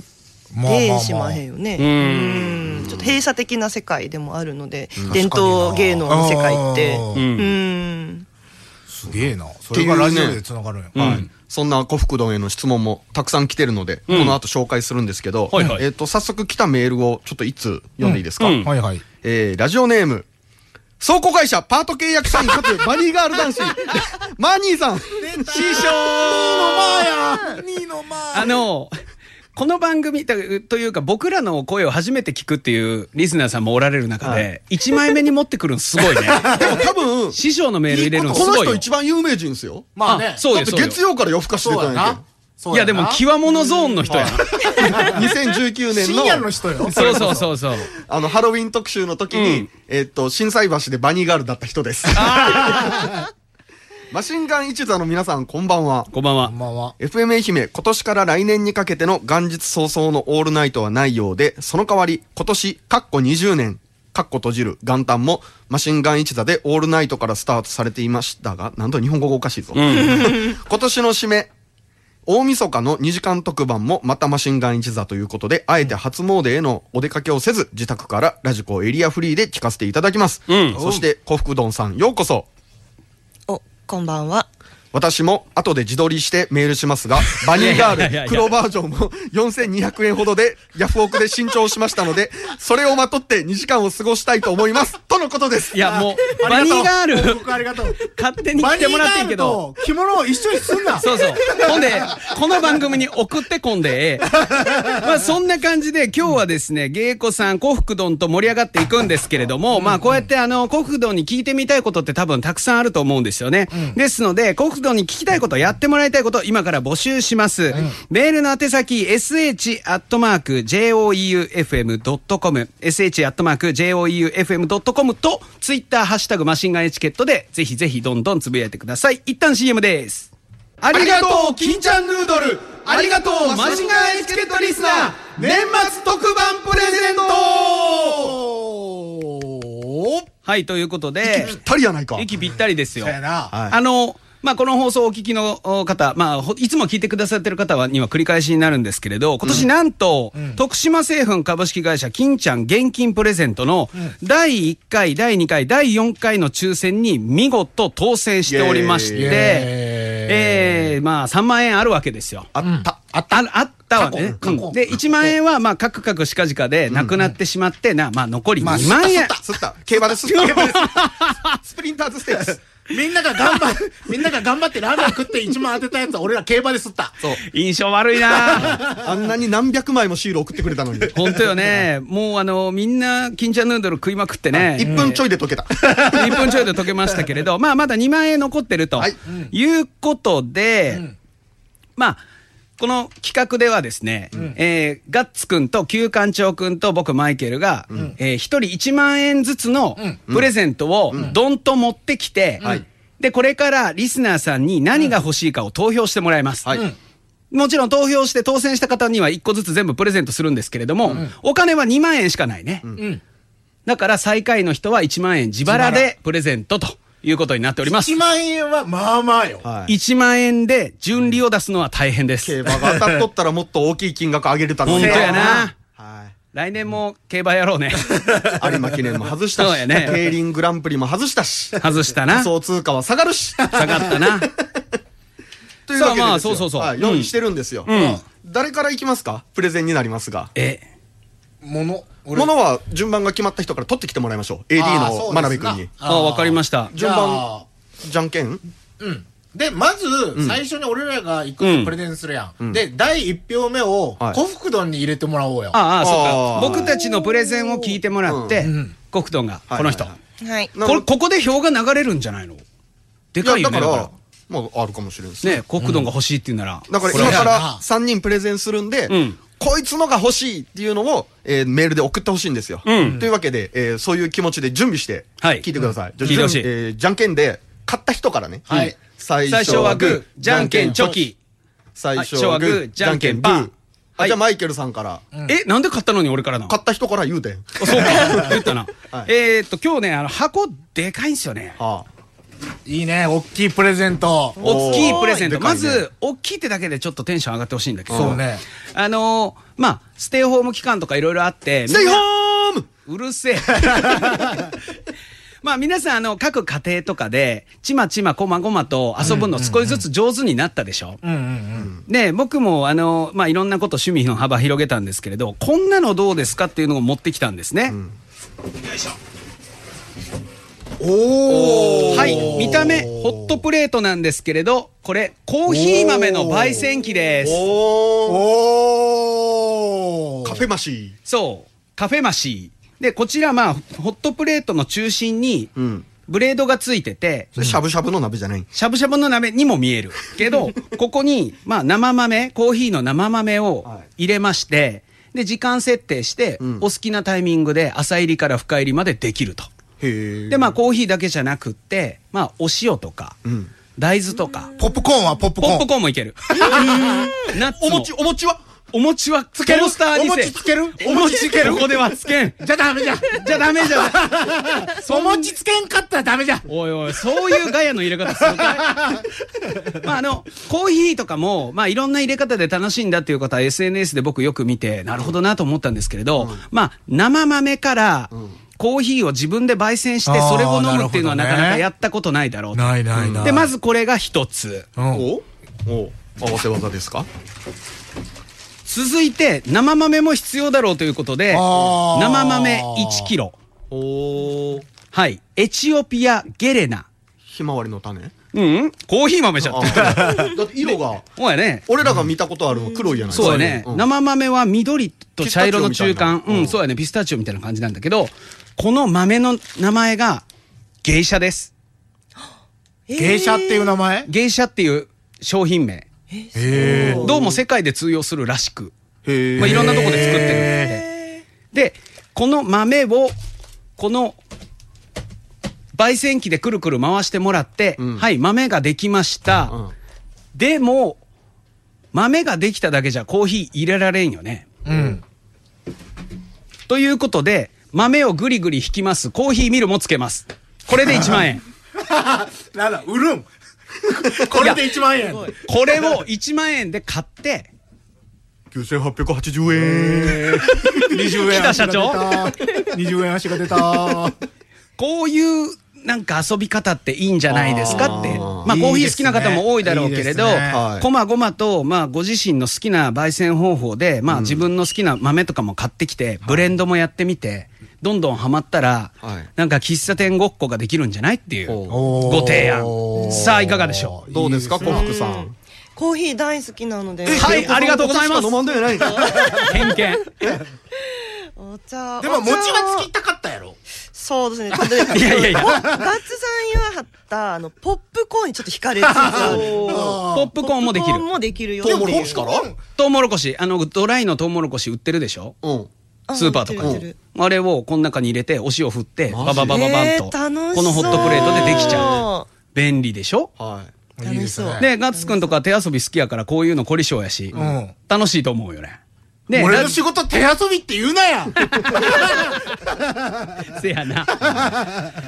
Speaker 4: まあまあまあ
Speaker 5: 出えしまへんよね
Speaker 2: うん
Speaker 5: うんちょっと閉鎖的な世界でもあるので
Speaker 4: 確かに
Speaker 5: 伝
Speaker 4: な
Speaker 5: 統芸能の世界って
Speaker 4: あー
Speaker 2: うん
Speaker 5: うん
Speaker 4: すげえな。それがラジオで繋がるんや。
Speaker 2: うん
Speaker 3: はい、そんな古福丼への質問もたくさん来てるので、この後紹介するんですけど、
Speaker 2: はいはい
Speaker 3: えっと早速来たメールをちょっといつ読んでいいですか、
Speaker 2: うんうん
Speaker 4: はいはい。
Speaker 3: えーラジオネーム倉庫会社パート契約社員かつバニーガール 男子マニーさん師匠
Speaker 4: ニーのま
Speaker 2: あの、この番組とというか僕らの声を初めて聞くっていうリスナーさんもおられる中で、一1枚目に持ってくるのすごいね。
Speaker 3: でも多分
Speaker 2: 師匠のメール入れるのす
Speaker 3: この
Speaker 2: ごい
Speaker 3: 人
Speaker 2: よ。
Speaker 3: 一番有名人ですよ
Speaker 4: まあね
Speaker 2: あ。そう
Speaker 3: だ
Speaker 2: よ
Speaker 3: って
Speaker 2: そうよ
Speaker 3: 月曜から夜更かし出
Speaker 4: そう
Speaker 3: た
Speaker 4: や
Speaker 3: んや
Speaker 4: な。
Speaker 2: いやでも、
Speaker 4: わ
Speaker 2: 極物ゾーンの人やん。
Speaker 3: 2019年
Speaker 4: 深夜の
Speaker 3: の
Speaker 4: 人 よ。
Speaker 2: そうそうそうそう。
Speaker 3: あのハロウィン特集の時に、
Speaker 2: うん
Speaker 3: えっと心斎橋でバニーガールだった人です マシンガン一座の皆さんこんばんは
Speaker 2: こんばんは
Speaker 4: こん。ばんは。
Speaker 3: FM 愛媛今年から来年にかけての元日早々のオールナイトはないようでその代わり今年かっこ20年かっこ閉じる元旦もマシンガン一座でオールナイトからスタートされていましたがなんと日本語がおかしいぞ、 今年の締め大晦日の2時間特番もまたマシンガン一座ということで、あえて初詣へのお出かけをせず、自宅からラジコエリアフリーで聞かせていただきます。
Speaker 2: うん
Speaker 3: そして、小福丼さん、ようこそ。
Speaker 5: おこんばんは
Speaker 3: 私も後で自撮りしてメールします が、バニーガ
Speaker 2: いやいやいやい
Speaker 3: ール
Speaker 2: や
Speaker 3: 黒バージョンも4200円ほどでヤフオクで新調しましたので、それをまとって2時間を過ごしたいと思います。とのことです。
Speaker 2: いやもう、
Speaker 4: あ
Speaker 2: バ
Speaker 4: り
Speaker 2: ニー
Speaker 4: がとう
Speaker 2: ガール
Speaker 4: 報、告ありがとう。
Speaker 2: 勝 手に来てもらっていいけど。
Speaker 4: バニーガールと着物を一緒にすんな。
Speaker 2: そうそう。ほんで、この番組に送ってこん でええ。まあそんな感じで今日はですね、芸妓さん、幸福丼と盛り上がっていくんですけれども、まあこうやってあの、幸福丼に聞いてみたいことって多分たくさんあると思うんですよね。ですので、幸福動に聞きたいこと、やってもらいたいこと、今から募集します。メールの宛先、sh.joeufm.com、sh.joeufm.com と、ツイッターハッシュタグマシンガンエチケットで、ぜひぜひどんどんつぶやいてください。一旦 CM です。ありがとう、金ちゃんヌードルありがとう、マシンガンエチケットリスナー年末特番プレゼントはい、ということで、
Speaker 3: ぴったりやないか。
Speaker 2: 息ぴったりですよ。
Speaker 4: そうやな。
Speaker 3: はい
Speaker 2: あの、まあ、この放送をお聞きのお方、まあ、ほいつも聞いてくださってる方はには繰り返しになるんですけれど、今年なんと、徳島製粉株式会社金ちゃん現金プレゼントの第1回、第2回、第4回の抽選に見事当選しておりまし
Speaker 3: イエ
Speaker 4: ーイ
Speaker 2: て、えー、まあ、3万円あるわけですよ。
Speaker 3: あった。
Speaker 2: あったあったわね。
Speaker 4: 過去過去
Speaker 2: で、1万円は、まあ、かくかくしかじかでなくなってしまって、な、まあ、残り2
Speaker 4: まあ
Speaker 2: 万円。
Speaker 3: すった。競馬ですった。スプリンターズステークス。
Speaker 4: みんなが頑張っ、 みんなが頑張ってラーメン食って一万当てたやつは俺ら競馬で吸った。そう。
Speaker 2: 印象悪いな
Speaker 3: あんなに何百枚もシール送ってくれたのに。
Speaker 2: 本当よね。もうあの、みんな、金ちゃんヌードル食いまくってね。
Speaker 3: 1分ちょいで溶けた。
Speaker 2: 1分ちょいで溶けましたけれ ど、まあまだ2万円残ってると。
Speaker 3: はいい、
Speaker 2: うことで、まあ、この企画ではですね、えーガッツくんと旧館長くんと僕マイケルが、えー一人1万円ずつのプレゼントをどんと持ってきて、
Speaker 3: はい
Speaker 2: で、これからリスナーさんに何が欲しいかを投票してもらいます。
Speaker 3: はい。
Speaker 2: もちろん投票して当選した方には1個ずつ全部プレゼントするんですけれども、お金は2万円しかないね。
Speaker 4: うん。
Speaker 2: だから最下位の人は1万円自腹でプレゼントということになっております
Speaker 4: 1。万円はまあまあよ。
Speaker 3: はい。
Speaker 2: 1万円で順利を出すのは大変です。
Speaker 3: 競馬が当たっとったらもっと大きい金額上げれたの
Speaker 2: 本
Speaker 3: に
Speaker 2: 当やな。
Speaker 3: はい。
Speaker 2: 来年も競馬やろう ね。
Speaker 3: 有馬記念も外した
Speaker 2: そうや
Speaker 3: し、
Speaker 2: ね
Speaker 3: 競輪グランプリも外したし、
Speaker 2: 外したな。
Speaker 3: 仮
Speaker 2: 下
Speaker 3: 想通貨は下が るし。
Speaker 2: がったな。
Speaker 3: というわけでですよ
Speaker 2: さあまあそうそうそう
Speaker 3: はい用意してるんですよ。
Speaker 2: うん
Speaker 3: 誰からいきますかプレゼンになりますが。
Speaker 2: え、
Speaker 4: もの、俺
Speaker 3: ものは順番が決まった人から取ってきてもらいましょう。AD の真鍋君に。
Speaker 2: あ、わかりま
Speaker 4: し
Speaker 2: した。
Speaker 3: 順
Speaker 4: じゃ
Speaker 3: 番
Speaker 4: あ、
Speaker 3: じゃんけん
Speaker 4: た。うん。で、まず、最初に俺らがいくつプレゼンするやん。で、第1票目を、
Speaker 3: はい
Speaker 4: コフク丼に入れてもらおうよ。
Speaker 2: ああ、
Speaker 3: あ
Speaker 2: そ
Speaker 3: ー
Speaker 2: うか。僕たちのプレゼンを聞いてもらって、コクトンが、
Speaker 3: はい
Speaker 2: この人。
Speaker 3: はいは
Speaker 5: はい。
Speaker 3: な
Speaker 2: これ、ここで票が流れるんじゃないので
Speaker 3: いや
Speaker 2: かいよね。
Speaker 3: だ
Speaker 2: だ
Speaker 3: か、
Speaker 2: から
Speaker 3: まあ、あるかもしれんですね。
Speaker 2: ね、コクトンが欲しいって言うなら。
Speaker 3: だから
Speaker 4: こ
Speaker 3: 今
Speaker 4: れ
Speaker 3: か
Speaker 4: や
Speaker 3: ら
Speaker 4: な
Speaker 3: 3人プレゼンするんで、
Speaker 2: うん
Speaker 3: こいつのが欲しいっていうのを、えーメールで送ってほしいんですよ。
Speaker 2: うん
Speaker 3: というわけで、えーそういう気持ちで準備して、
Speaker 2: はい
Speaker 3: 聞いてください。
Speaker 2: 聞いてほしい
Speaker 3: じゃあ準備えーじゃんけんで、勝った人からね。
Speaker 4: はい
Speaker 3: 最
Speaker 2: 最初はグー、じゃんけんチョ。キ。
Speaker 3: 最初
Speaker 2: は
Speaker 3: は
Speaker 2: グ
Speaker 3: グ
Speaker 2: ー
Speaker 3: ー、じゃんけんパ
Speaker 2: じゃんけん
Speaker 3: ー。
Speaker 2: パー
Speaker 3: あじゃあマイケルさんから、
Speaker 2: え、なんで買ったのに俺からなの
Speaker 3: 勝った人から言うてん。
Speaker 2: あそう か。言ったな。
Speaker 3: はい
Speaker 2: えーっと、今日ね、あの、箱でかいんですよね。
Speaker 3: はい
Speaker 4: いね、おっきいプレゼント。
Speaker 2: 大きいプレゼント。
Speaker 3: でか
Speaker 2: ま
Speaker 3: いね
Speaker 2: ず、大きいってだけでちょっとテンション上がってほしいんだけど。
Speaker 4: そうね。
Speaker 2: あのー、まあ、ステイホーム期間とかいろいろあって。
Speaker 3: あ、ステイ
Speaker 2: み
Speaker 3: ホ
Speaker 2: んな
Speaker 3: ーム
Speaker 2: うるせえ。 まあ皆さん、あの、各家庭とかで、ちまちまこまごまと遊ぶの少しずつ上手になったでしょ。
Speaker 4: うんうんうん。
Speaker 2: で、僕も、あの、まあいろんなこと趣味の幅広げたんですけれど、こんなのどうですかっていうのを持ってきたんですね。
Speaker 4: おー。
Speaker 2: はい、見た目、ホットプレートなんですけれど、これ、コーヒー豆の焙煎機です。
Speaker 3: おー
Speaker 4: おー。
Speaker 3: カフェマシ
Speaker 2: そう、カフェマシー。で、こちら、まあ、ホットプレートの中心に
Speaker 3: ー。、うん。
Speaker 2: ブレードがついてて、
Speaker 3: それしゃぶしゃぶの鍋じゃない。
Speaker 2: しゃぶしゃぶの鍋にも見える。けど、ここに、まあ、生豆、コーヒーの生豆を入れまして、で、時間設定して、
Speaker 3: ん
Speaker 2: お好きなタイミングで朝入りから深入りまでできると。
Speaker 3: へえ。
Speaker 2: で、まあ、コーヒーだけじゃなくって、まあ、お塩とか、
Speaker 3: ん
Speaker 2: 大豆とか、
Speaker 4: ポップコーンはポップコ
Speaker 2: ポ
Speaker 4: ーン。
Speaker 2: ップコーンもいける。ナッツ
Speaker 3: お
Speaker 2: も
Speaker 3: 餅、お餅は
Speaker 2: お餅はつけるトースターにせ
Speaker 4: お餅つける
Speaker 2: お餅つけるここではつけん
Speaker 4: じゃダメじゃん。
Speaker 2: じゃダメじゃん
Speaker 4: お餅つけんかったらダメじゃん。
Speaker 2: おいおいそういうガヤの入れ方するかい まああのコーヒーとかもまあいろんな入れ方で楽しいんだっていう方は SNS で僕よく見てなるほどなと思ったんですけれど、まあ生豆からコーヒーを自分で焙煎してそれを飲むっていうのはな
Speaker 4: あーなるほどね
Speaker 2: かなかやったことないだろうと
Speaker 4: いないな
Speaker 2: でま、ずこれが一つ
Speaker 4: うん。
Speaker 3: おお合わせ技ですか
Speaker 2: 続いて生豆も必要だろうということで
Speaker 4: あー
Speaker 2: 生豆1キロ
Speaker 3: おー
Speaker 2: はい。エチオピアゲレナ。
Speaker 3: ひまわりの種
Speaker 2: うんコーヒー豆じゃん
Speaker 3: あ。ーだって色が
Speaker 2: そうやね。
Speaker 3: 俺らが見たことあるの黒いやない
Speaker 2: そうやね。
Speaker 3: ん
Speaker 2: 生豆は緑と茶色の中間。
Speaker 3: ピスタチオみたい
Speaker 2: う、
Speaker 3: なうんん
Speaker 2: そうやね。ピスタチオみたいな感じなんだけど、この豆の名前が、芸者です。
Speaker 4: 芸者っていう名前
Speaker 2: 芸者っていう商品名
Speaker 4: へ
Speaker 2: どうも世界で通用するらしく、
Speaker 3: へえ
Speaker 2: まあ、いろんなとこで作ってるんででこの豆をこの焙煎機でくるくる回してもらって、
Speaker 3: ん
Speaker 2: はい豆ができました、
Speaker 3: うん
Speaker 2: でも豆ができただけじゃコーヒー入れられんよね
Speaker 4: うん。
Speaker 2: ということで豆をぐりぐり引きますコーヒーミルもつけますこれで1万円
Speaker 4: なんだ、売るん これで1万円。
Speaker 2: これを1万円で買って
Speaker 3: 9880円
Speaker 4: 20円
Speaker 2: 北
Speaker 4: 足
Speaker 2: 社
Speaker 4: が出た
Speaker 2: 長。
Speaker 4: 20円足が出た。
Speaker 2: こういうなんか遊び方っていいんじゃないですかって
Speaker 3: あー
Speaker 2: まあ
Speaker 4: いいですね
Speaker 2: コーヒー好きな方も多いだろうけれど
Speaker 4: いいですね
Speaker 3: はい
Speaker 2: こまごまと、まあ、ご自身の好きな焙煎方法で、まあ、自分の好きな豆とかも買ってきて、ブレンドもやってみてどんどんハマったら、
Speaker 3: はい
Speaker 2: なんか喫茶店ごっこができるんじゃないっていう
Speaker 4: お
Speaker 2: ご
Speaker 4: ー
Speaker 2: 提案さあいかがでしょう
Speaker 3: どうですか
Speaker 4: いい
Speaker 3: 幸
Speaker 4: ね
Speaker 3: 福さん
Speaker 5: コーヒー大好きなので、
Speaker 2: はいありがとうございます
Speaker 3: お茶しか飲まんでないんか
Speaker 2: 偏見
Speaker 5: お茶
Speaker 4: でも、餅はつ
Speaker 5: き
Speaker 4: きたかったやろ。
Speaker 5: そうですね。ちょっとね
Speaker 2: いやいやいや
Speaker 5: おバッツさん言わはった、あの、ポップコーンにちょっと惹かれつつある。
Speaker 2: ポップコーンもでき
Speaker 5: ポップコーン
Speaker 2: る
Speaker 5: もできるよ。
Speaker 3: トウモロコシから
Speaker 2: トウモロコシあのドライのトウモロコシ売ってるでしょ
Speaker 3: うん
Speaker 5: あ
Speaker 2: スーパーとか
Speaker 5: 売ってる売っ
Speaker 2: に
Speaker 5: てる。
Speaker 2: あれをこの中に入れてお塩振ってババババババンと
Speaker 5: えー楽しそう
Speaker 2: このホットプレートでできちゃう便利でしょ
Speaker 3: はい
Speaker 5: 楽しそう
Speaker 4: いいですね
Speaker 2: でガッツくんとか手遊び好きやからこういうの凝り性やし
Speaker 4: ん
Speaker 2: 楽しいと思うよねで
Speaker 4: 俺
Speaker 2: ラ
Speaker 4: の 仕事手遊びって言うなや。
Speaker 2: せやな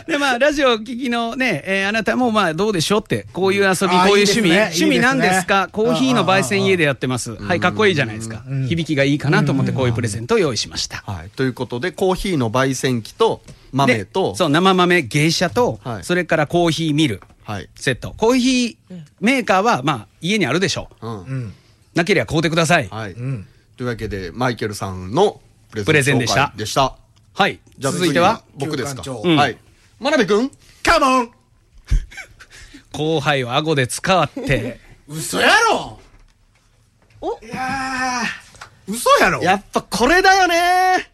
Speaker 2: でまあラジオ聞きのね、えーあなたもまあどうでしょうってこういう遊び
Speaker 4: あー
Speaker 2: こうい
Speaker 4: いういです
Speaker 2: 趣味
Speaker 4: ねいいです
Speaker 2: 趣
Speaker 4: ね
Speaker 2: 味なんですかコーヒーの焙煎
Speaker 4: うん
Speaker 2: 家でやってますはいかっこいいじゃないですか響きがいいかなと思ってこういうプレゼントを用意しました
Speaker 3: はいということでコーヒーの焙煎機と豆
Speaker 2: で
Speaker 3: と
Speaker 2: そう生豆芸者と
Speaker 3: はい
Speaker 2: それからコーヒーミル
Speaker 3: はい
Speaker 2: セット。コーヒーメーカーは、まあ、家にあるでしょう。
Speaker 3: う
Speaker 4: うんん。
Speaker 2: なければ買うてください。
Speaker 3: はい
Speaker 4: うん。
Speaker 3: というわけでマイケルさんのプレ
Speaker 2: プレゼンで
Speaker 3: 紹
Speaker 2: し
Speaker 3: 介
Speaker 2: た
Speaker 3: でした
Speaker 2: はい。
Speaker 3: じゃあ
Speaker 2: 続いては、
Speaker 3: 次僕ですか
Speaker 4: 旧館長
Speaker 2: うん
Speaker 3: はい真鍋君
Speaker 4: カモン
Speaker 2: 後輩を顎で使わ って、
Speaker 4: 嘘やろ
Speaker 5: お
Speaker 4: いやー嘘やろ
Speaker 3: っぱこれだよね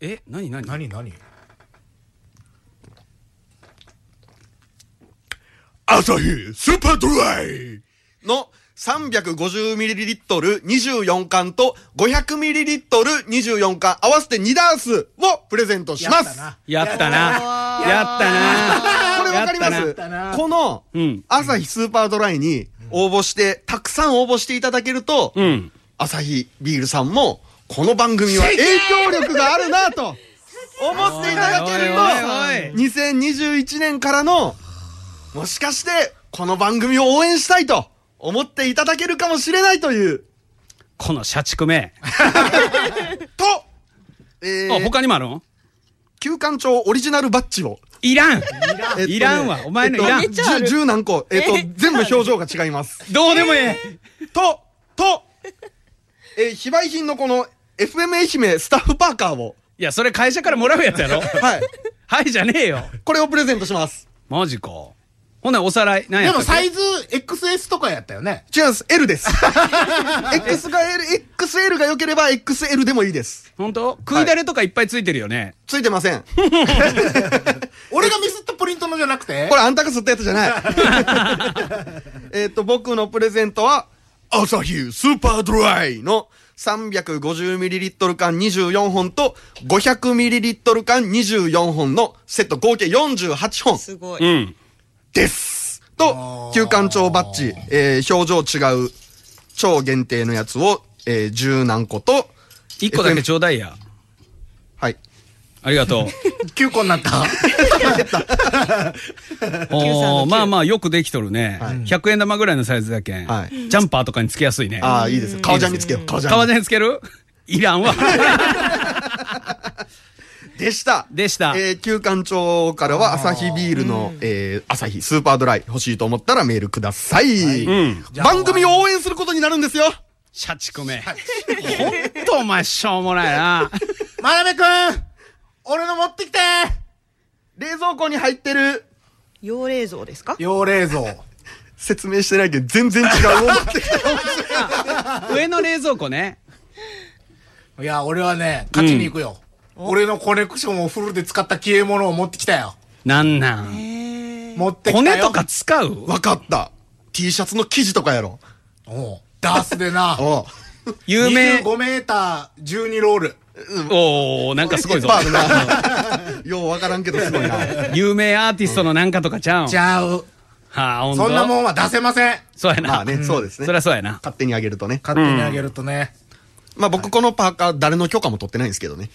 Speaker 2: え、なになに
Speaker 4: 何何
Speaker 3: アサヒスーパードライの 350ml24 缶と 500ml24 缶合わせて2ダースをプレゼントしますこ
Speaker 2: やったな。やった な。
Speaker 3: れわかりま
Speaker 2: やっ
Speaker 3: す
Speaker 2: たな
Speaker 3: この
Speaker 2: うん
Speaker 3: アサヒスーパードライに応募してたくさん応募していただけると
Speaker 2: うん。
Speaker 3: アサヒビールさんもこの番組は影響力があるなと思っていただけると
Speaker 2: おいおいおい
Speaker 3: 2021年からのもしかしてこの番組を応援したいと思っていただけるかもしれないという
Speaker 2: この社畜め。
Speaker 3: と、え
Speaker 2: あ、
Speaker 3: ー、
Speaker 2: 他にもあるの
Speaker 3: 旧館長オリジナルバッジを、
Speaker 2: いらん。
Speaker 3: えっとね
Speaker 2: いらんわ。お前のいらん
Speaker 3: えっ。と10 10何個、えっと全部表情が違います
Speaker 2: どうでもええ。
Speaker 3: と、と、えー非売品のこの FM 愛媛スタッフパーカーを、
Speaker 2: いや、それ会社からもらうやつやろ。
Speaker 3: はい、
Speaker 2: はいじゃねえよ。
Speaker 3: これをプレゼントします
Speaker 2: マジか。ほな、おさらい。何や
Speaker 4: で
Speaker 2: った
Speaker 4: も
Speaker 2: っけ
Speaker 4: サイズ XS とかやったよね
Speaker 3: 違うんです。L です。X が L、XL が良ければ XL でもいいです。
Speaker 2: 本当食いだれとかいっぱいついてるよね。
Speaker 3: ついてません。こ
Speaker 4: 俺がミスったプリントのじゃなくて
Speaker 3: れあんたが吸ったやつじゃない。えっと、僕のプレゼントは、アサヒスーパードライの 350ml 缶24本と 500ml 缶24本のセット合計48本
Speaker 5: すご
Speaker 2: う
Speaker 5: い。
Speaker 2: ん。
Speaker 3: です。と、旧館長バッジ、えー表情違う超限定のやつを、えー、10何個と、
Speaker 2: 一個だけちょうだいや。
Speaker 3: はい。
Speaker 2: ありがとう。
Speaker 4: 9個 になった
Speaker 2: おーまあまあよくできとるね、100円玉ぐらいのサイズだけん、
Speaker 3: はい
Speaker 2: ジャンパーとかにつけやすいね
Speaker 3: ああ、いいですよ。革ジャンにつけよう。革ジャンに。
Speaker 2: 革ジャンにつけるいらんわ
Speaker 3: でした。
Speaker 2: でした
Speaker 3: えー、旧館長からは、アサヒビールの、えー、アサヒスーパードライ欲しいと思ったらメールください。
Speaker 2: ん
Speaker 3: 番組を応援することになるんですよ
Speaker 2: 社畜めほんとお前しょうもないな
Speaker 4: 真鍋くん俺の持ってきて
Speaker 3: 冷蔵庫に入ってる、
Speaker 5: 用冷蔵ですか
Speaker 4: 用冷蔵
Speaker 3: 説明してないけど、全然違う。思ってきた
Speaker 2: 上の冷蔵庫ね
Speaker 4: いや俺はね勝ちに行くよ、俺のコネクションをフルで使った消え物を持ってきたよ
Speaker 2: なんなん、
Speaker 5: えー
Speaker 4: 持ってきたよ
Speaker 2: 骨とか使う
Speaker 3: わかった。T シャツの生地とかやろ。
Speaker 4: おうダースでな
Speaker 3: おう
Speaker 2: 有名。
Speaker 4: 25メーター12ロール
Speaker 2: おおなんかすごいぞ
Speaker 3: いっ。ぱいあるな。ようわからんけどすごいな。
Speaker 2: 有名アーティストのなんかとかちゃうん。
Speaker 4: ちゃう
Speaker 2: はあ、ほんと
Speaker 4: そんなもんは出せません
Speaker 2: そうやな。
Speaker 3: まあね、そうですね。
Speaker 2: そりゃそうやな。
Speaker 3: 勝手にあげるとね。
Speaker 4: 勝手にあげるとね、
Speaker 3: まあ僕このパーカー誰の許可も取ってないんですけどね。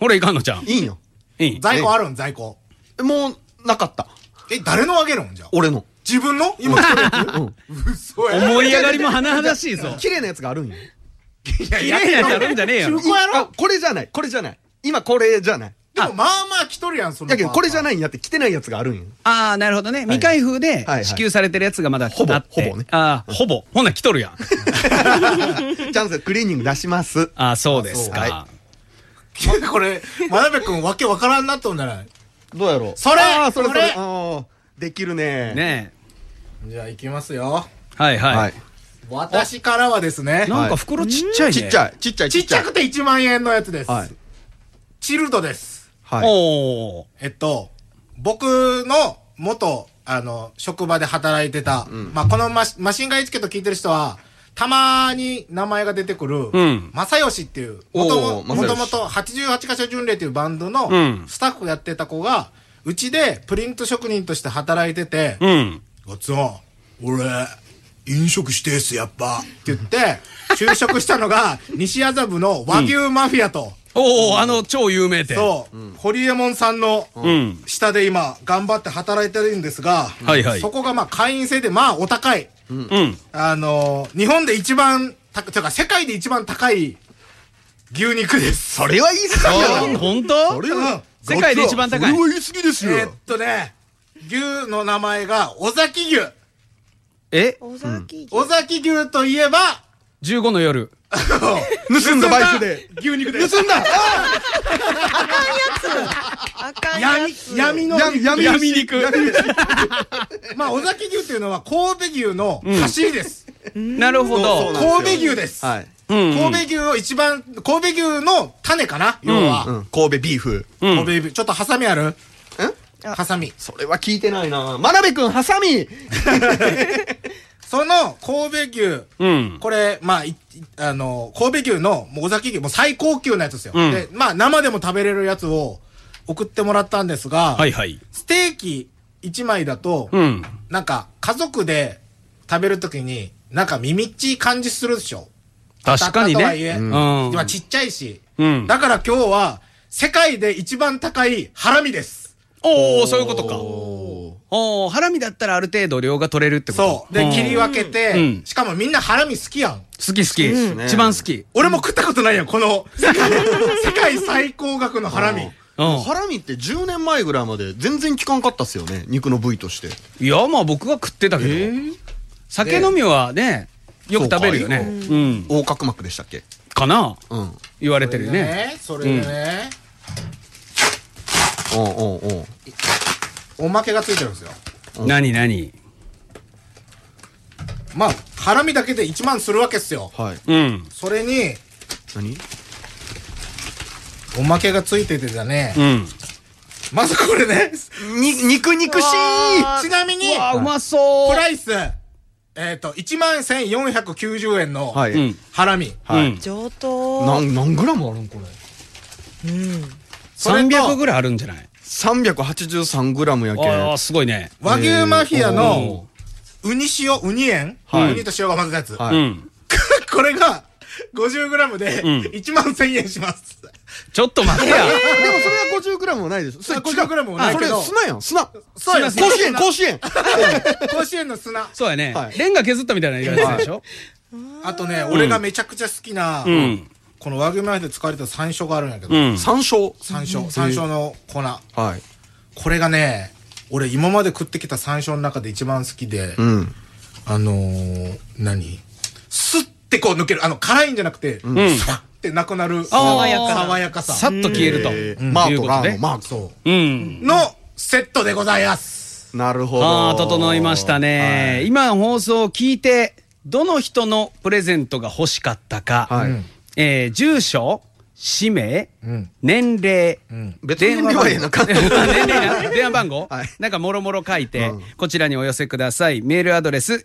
Speaker 2: ほら、いかんのちゃん。
Speaker 3: いいんよ。
Speaker 2: いい。
Speaker 4: 在庫あるん在庫
Speaker 3: もう、なかった。
Speaker 4: え誰のあげるんじゃあ
Speaker 3: 俺の。
Speaker 4: 自分の今それ嘘や
Speaker 2: 思い上がりも甚だしいぞ。
Speaker 3: 綺麗なやつがあるんよ。
Speaker 4: いやい
Speaker 2: 綺
Speaker 4: や
Speaker 2: 麗なやつあるんじゃねえよ。
Speaker 4: こやろ
Speaker 3: あこれじゃない。これじゃない。今これじゃない。
Speaker 4: でもまあまあ来とるやんその
Speaker 3: やけどこれじゃ
Speaker 4: い
Speaker 3: ないんやって着てないやつがあ るんよ。
Speaker 2: ああ、なるほどね。未開封で
Speaker 3: はい
Speaker 2: 支給されてるやつがまだ
Speaker 3: ほぼ
Speaker 2: あって
Speaker 3: ほぼね
Speaker 2: ああ、ほぼ。ほんなら来とるやん。
Speaker 3: チャンスクリーニング出します。
Speaker 2: ああ、そうです
Speaker 3: あそう
Speaker 2: か。
Speaker 4: これ真鍋君わけわからんなっとんじゃない
Speaker 3: どうやろう
Speaker 4: それ
Speaker 3: あーそれそ
Speaker 4: これ
Speaker 3: れあーできるね
Speaker 2: ね
Speaker 4: じゃあ行きますよ
Speaker 2: え。はい
Speaker 3: は
Speaker 2: はいい。。
Speaker 4: 私からはですね
Speaker 2: なんか袋ちっちゃいね。
Speaker 3: ちっちゃい。ちっちゃい。
Speaker 4: ちっちゃくて1万円のやつです、
Speaker 3: はい
Speaker 4: チルドです
Speaker 3: はい。
Speaker 2: おお。
Speaker 4: えっと、僕の元、あの、職場で働いてた、まあ、このマシマシンガンエチケット聞いてる人は、たまに名前が出てくる、
Speaker 2: ん
Speaker 4: 正義っていう、
Speaker 3: おー
Speaker 4: もとも
Speaker 3: 正義
Speaker 4: もと88箇所巡礼というバンドの
Speaker 2: うん
Speaker 4: スタッフやってた子が、うちでプリント職人として働いてて、
Speaker 2: うん。
Speaker 4: ガッツン、俺、飲食してえっす、やっぱ。って言って、就職したのが、西麻布の和牛マフィアと、
Speaker 2: おお、あの超有名店。
Speaker 4: そう、ホリエモンさんの
Speaker 2: ん
Speaker 4: 下で今、頑張って働いてるんですが、
Speaker 2: はいはい
Speaker 4: そこがまあ会員制で、まあお高い。
Speaker 2: う。うん。
Speaker 4: あのー日本で一番高、というか世界で一番高い牛肉です。
Speaker 3: それは言い過ぎやろ
Speaker 2: 本当
Speaker 3: それは
Speaker 2: 世界で一番高い
Speaker 3: それは言い過ぎです
Speaker 4: えー
Speaker 3: よ
Speaker 4: っ。とね、牛の名前が尾崎牛。
Speaker 2: え
Speaker 5: 小崎牛
Speaker 4: 尾崎牛といえば、
Speaker 2: ?15 の夜。
Speaker 3: 盗んだバイクで。
Speaker 4: 牛肉です。
Speaker 3: 盗んだ
Speaker 5: あかんや
Speaker 4: 闇
Speaker 5: つ、
Speaker 4: 闇の
Speaker 3: 闇、闇、
Speaker 2: 闇肉。
Speaker 4: まあ尾崎牛っていうのは神戸牛の走りです。
Speaker 2: なるほ
Speaker 3: そう
Speaker 2: ど。
Speaker 3: そうなんですよ
Speaker 4: 神戸牛です
Speaker 3: は
Speaker 2: うんう
Speaker 3: い。
Speaker 2: ん
Speaker 4: 神戸牛を一番、神戸牛の種かな要は。
Speaker 3: うん。神戸ビーフ。
Speaker 2: うん
Speaker 4: おベイビーちょっとハサミあるハサミ。
Speaker 3: それは聞いてないな真鍋くん、ハサミ
Speaker 4: その神戸牛、
Speaker 2: うん。
Speaker 4: これ、まあ、いいあの、神戸牛の、もう尾崎牛、もう最高級なやつですよ。
Speaker 2: うん
Speaker 4: で、まあ、生でも食べれるやつを送ってもらったんですが、
Speaker 2: はいはい。
Speaker 4: ステーキ1枚だと、
Speaker 2: うん。
Speaker 4: なんか、家族で食べるときに、なんか耳っちい感じするでしょ
Speaker 2: 確かに
Speaker 4: 当たったとはい
Speaker 2: ね。
Speaker 4: え、
Speaker 2: ん
Speaker 4: 今ちっちゃいし、
Speaker 2: うん
Speaker 4: だから今日は、世界で一番高いハラミです。
Speaker 2: おお、そういうことか。おお、ハラミだったらある程度量が取れるってこと
Speaker 4: そう。で、切り分けて、
Speaker 2: うん
Speaker 4: しかもみんなハラミ好きやん。
Speaker 2: 好き好き。
Speaker 3: ね
Speaker 2: 一番好き。
Speaker 4: 俺も食ったことないやん、この世界、世界最高額のハラミ。
Speaker 2: うん
Speaker 3: ハラミって10年前ぐらいまで全然効かんかったっすよね。肉の部位として。
Speaker 2: いや、まあ僕は食ってたけど。酒飲みはね、よく食べるよね。うん。
Speaker 3: 横隔膜でしたっけ
Speaker 2: かな
Speaker 3: うん。うん
Speaker 2: 言われ
Speaker 4: そ
Speaker 2: て
Speaker 4: れ
Speaker 2: る
Speaker 4: で
Speaker 2: ね。
Speaker 4: ね、それでね、
Speaker 3: うんうん。
Speaker 4: おまけがついてるんですよ。
Speaker 2: 何何
Speaker 4: まあ、ハラミだけで1万するわけっすよ。
Speaker 3: はい。
Speaker 2: うん。
Speaker 4: それに、
Speaker 3: 何
Speaker 4: おまけがついててだね。
Speaker 2: うん。
Speaker 4: まずこれね、
Speaker 3: に、肉肉しい
Speaker 4: ちなみに、
Speaker 2: あ、うまそ
Speaker 4: プ
Speaker 2: う。
Speaker 4: ライス、えっ、と、1万1490円の
Speaker 3: はい。
Speaker 2: うん。
Speaker 4: ハラミ。
Speaker 2: う
Speaker 3: はい
Speaker 2: ん。
Speaker 5: 上等
Speaker 3: なん、何グラムあるんこれ。
Speaker 4: それと
Speaker 2: 300ぐらいあるんじゃない
Speaker 3: 383グラムやけん。
Speaker 2: ああ、すごいね。。
Speaker 4: 和牛マフィアの、ウニ塩、ウニ塩、
Speaker 3: はい
Speaker 4: ウニと塩が混ぜたやつ。
Speaker 3: はいう
Speaker 2: ん。
Speaker 4: これが 50g で
Speaker 2: うん
Speaker 4: 1万1000円します。
Speaker 2: ちょっと待ってや。
Speaker 3: でもそれは 50g もないでしょ。それ
Speaker 4: あ 50g もないけど
Speaker 3: あそれ砂やん、砂。
Speaker 4: そうや
Speaker 3: 甲子園、甲子園。
Speaker 4: 甲子園の砂。
Speaker 2: そうやね
Speaker 3: は。い
Speaker 2: レンガ削ったみたいな言われてたでしょ
Speaker 4: あとね、俺がめちゃくちゃ好きな
Speaker 2: う、ん。
Speaker 4: この和牛マヨで使われた山椒があるんやけど
Speaker 2: う、ん。
Speaker 3: 山椒。
Speaker 4: 山椒、山椒の粉。
Speaker 3: はい。
Speaker 4: これがね、俺今まで食ってきた山椒の中で一番好きで、
Speaker 3: うん。
Speaker 4: あのー、何スッてこう抜ける。あの、辛いんじゃなくて、スワッてなくなる爽
Speaker 2: やかな
Speaker 4: 爽やか
Speaker 2: さ
Speaker 4: さ
Speaker 2: っ。と消えると。
Speaker 3: えーマー
Speaker 2: いう
Speaker 3: ト、
Speaker 2: こと
Speaker 3: ラー
Speaker 2: ね
Speaker 3: のマート。
Speaker 4: そ
Speaker 2: うん。
Speaker 4: う。のセットでございます。
Speaker 3: なるほ
Speaker 2: あ
Speaker 3: ど。
Speaker 2: あ、整いましたね。今放送を聞いて、どの人のプレゼントが欲しかったか、
Speaker 3: はい。
Speaker 4: う
Speaker 3: は
Speaker 4: ん
Speaker 3: い。
Speaker 2: えー住所、氏名、
Speaker 4: うん
Speaker 2: 年齢、
Speaker 3: 別に
Speaker 2: 番
Speaker 3: 量
Speaker 2: 号
Speaker 3: はええな
Speaker 2: 年齢な電話番号、
Speaker 3: はい
Speaker 2: なんかもろもろ書いて、こちらにお寄せください。メールアドレス、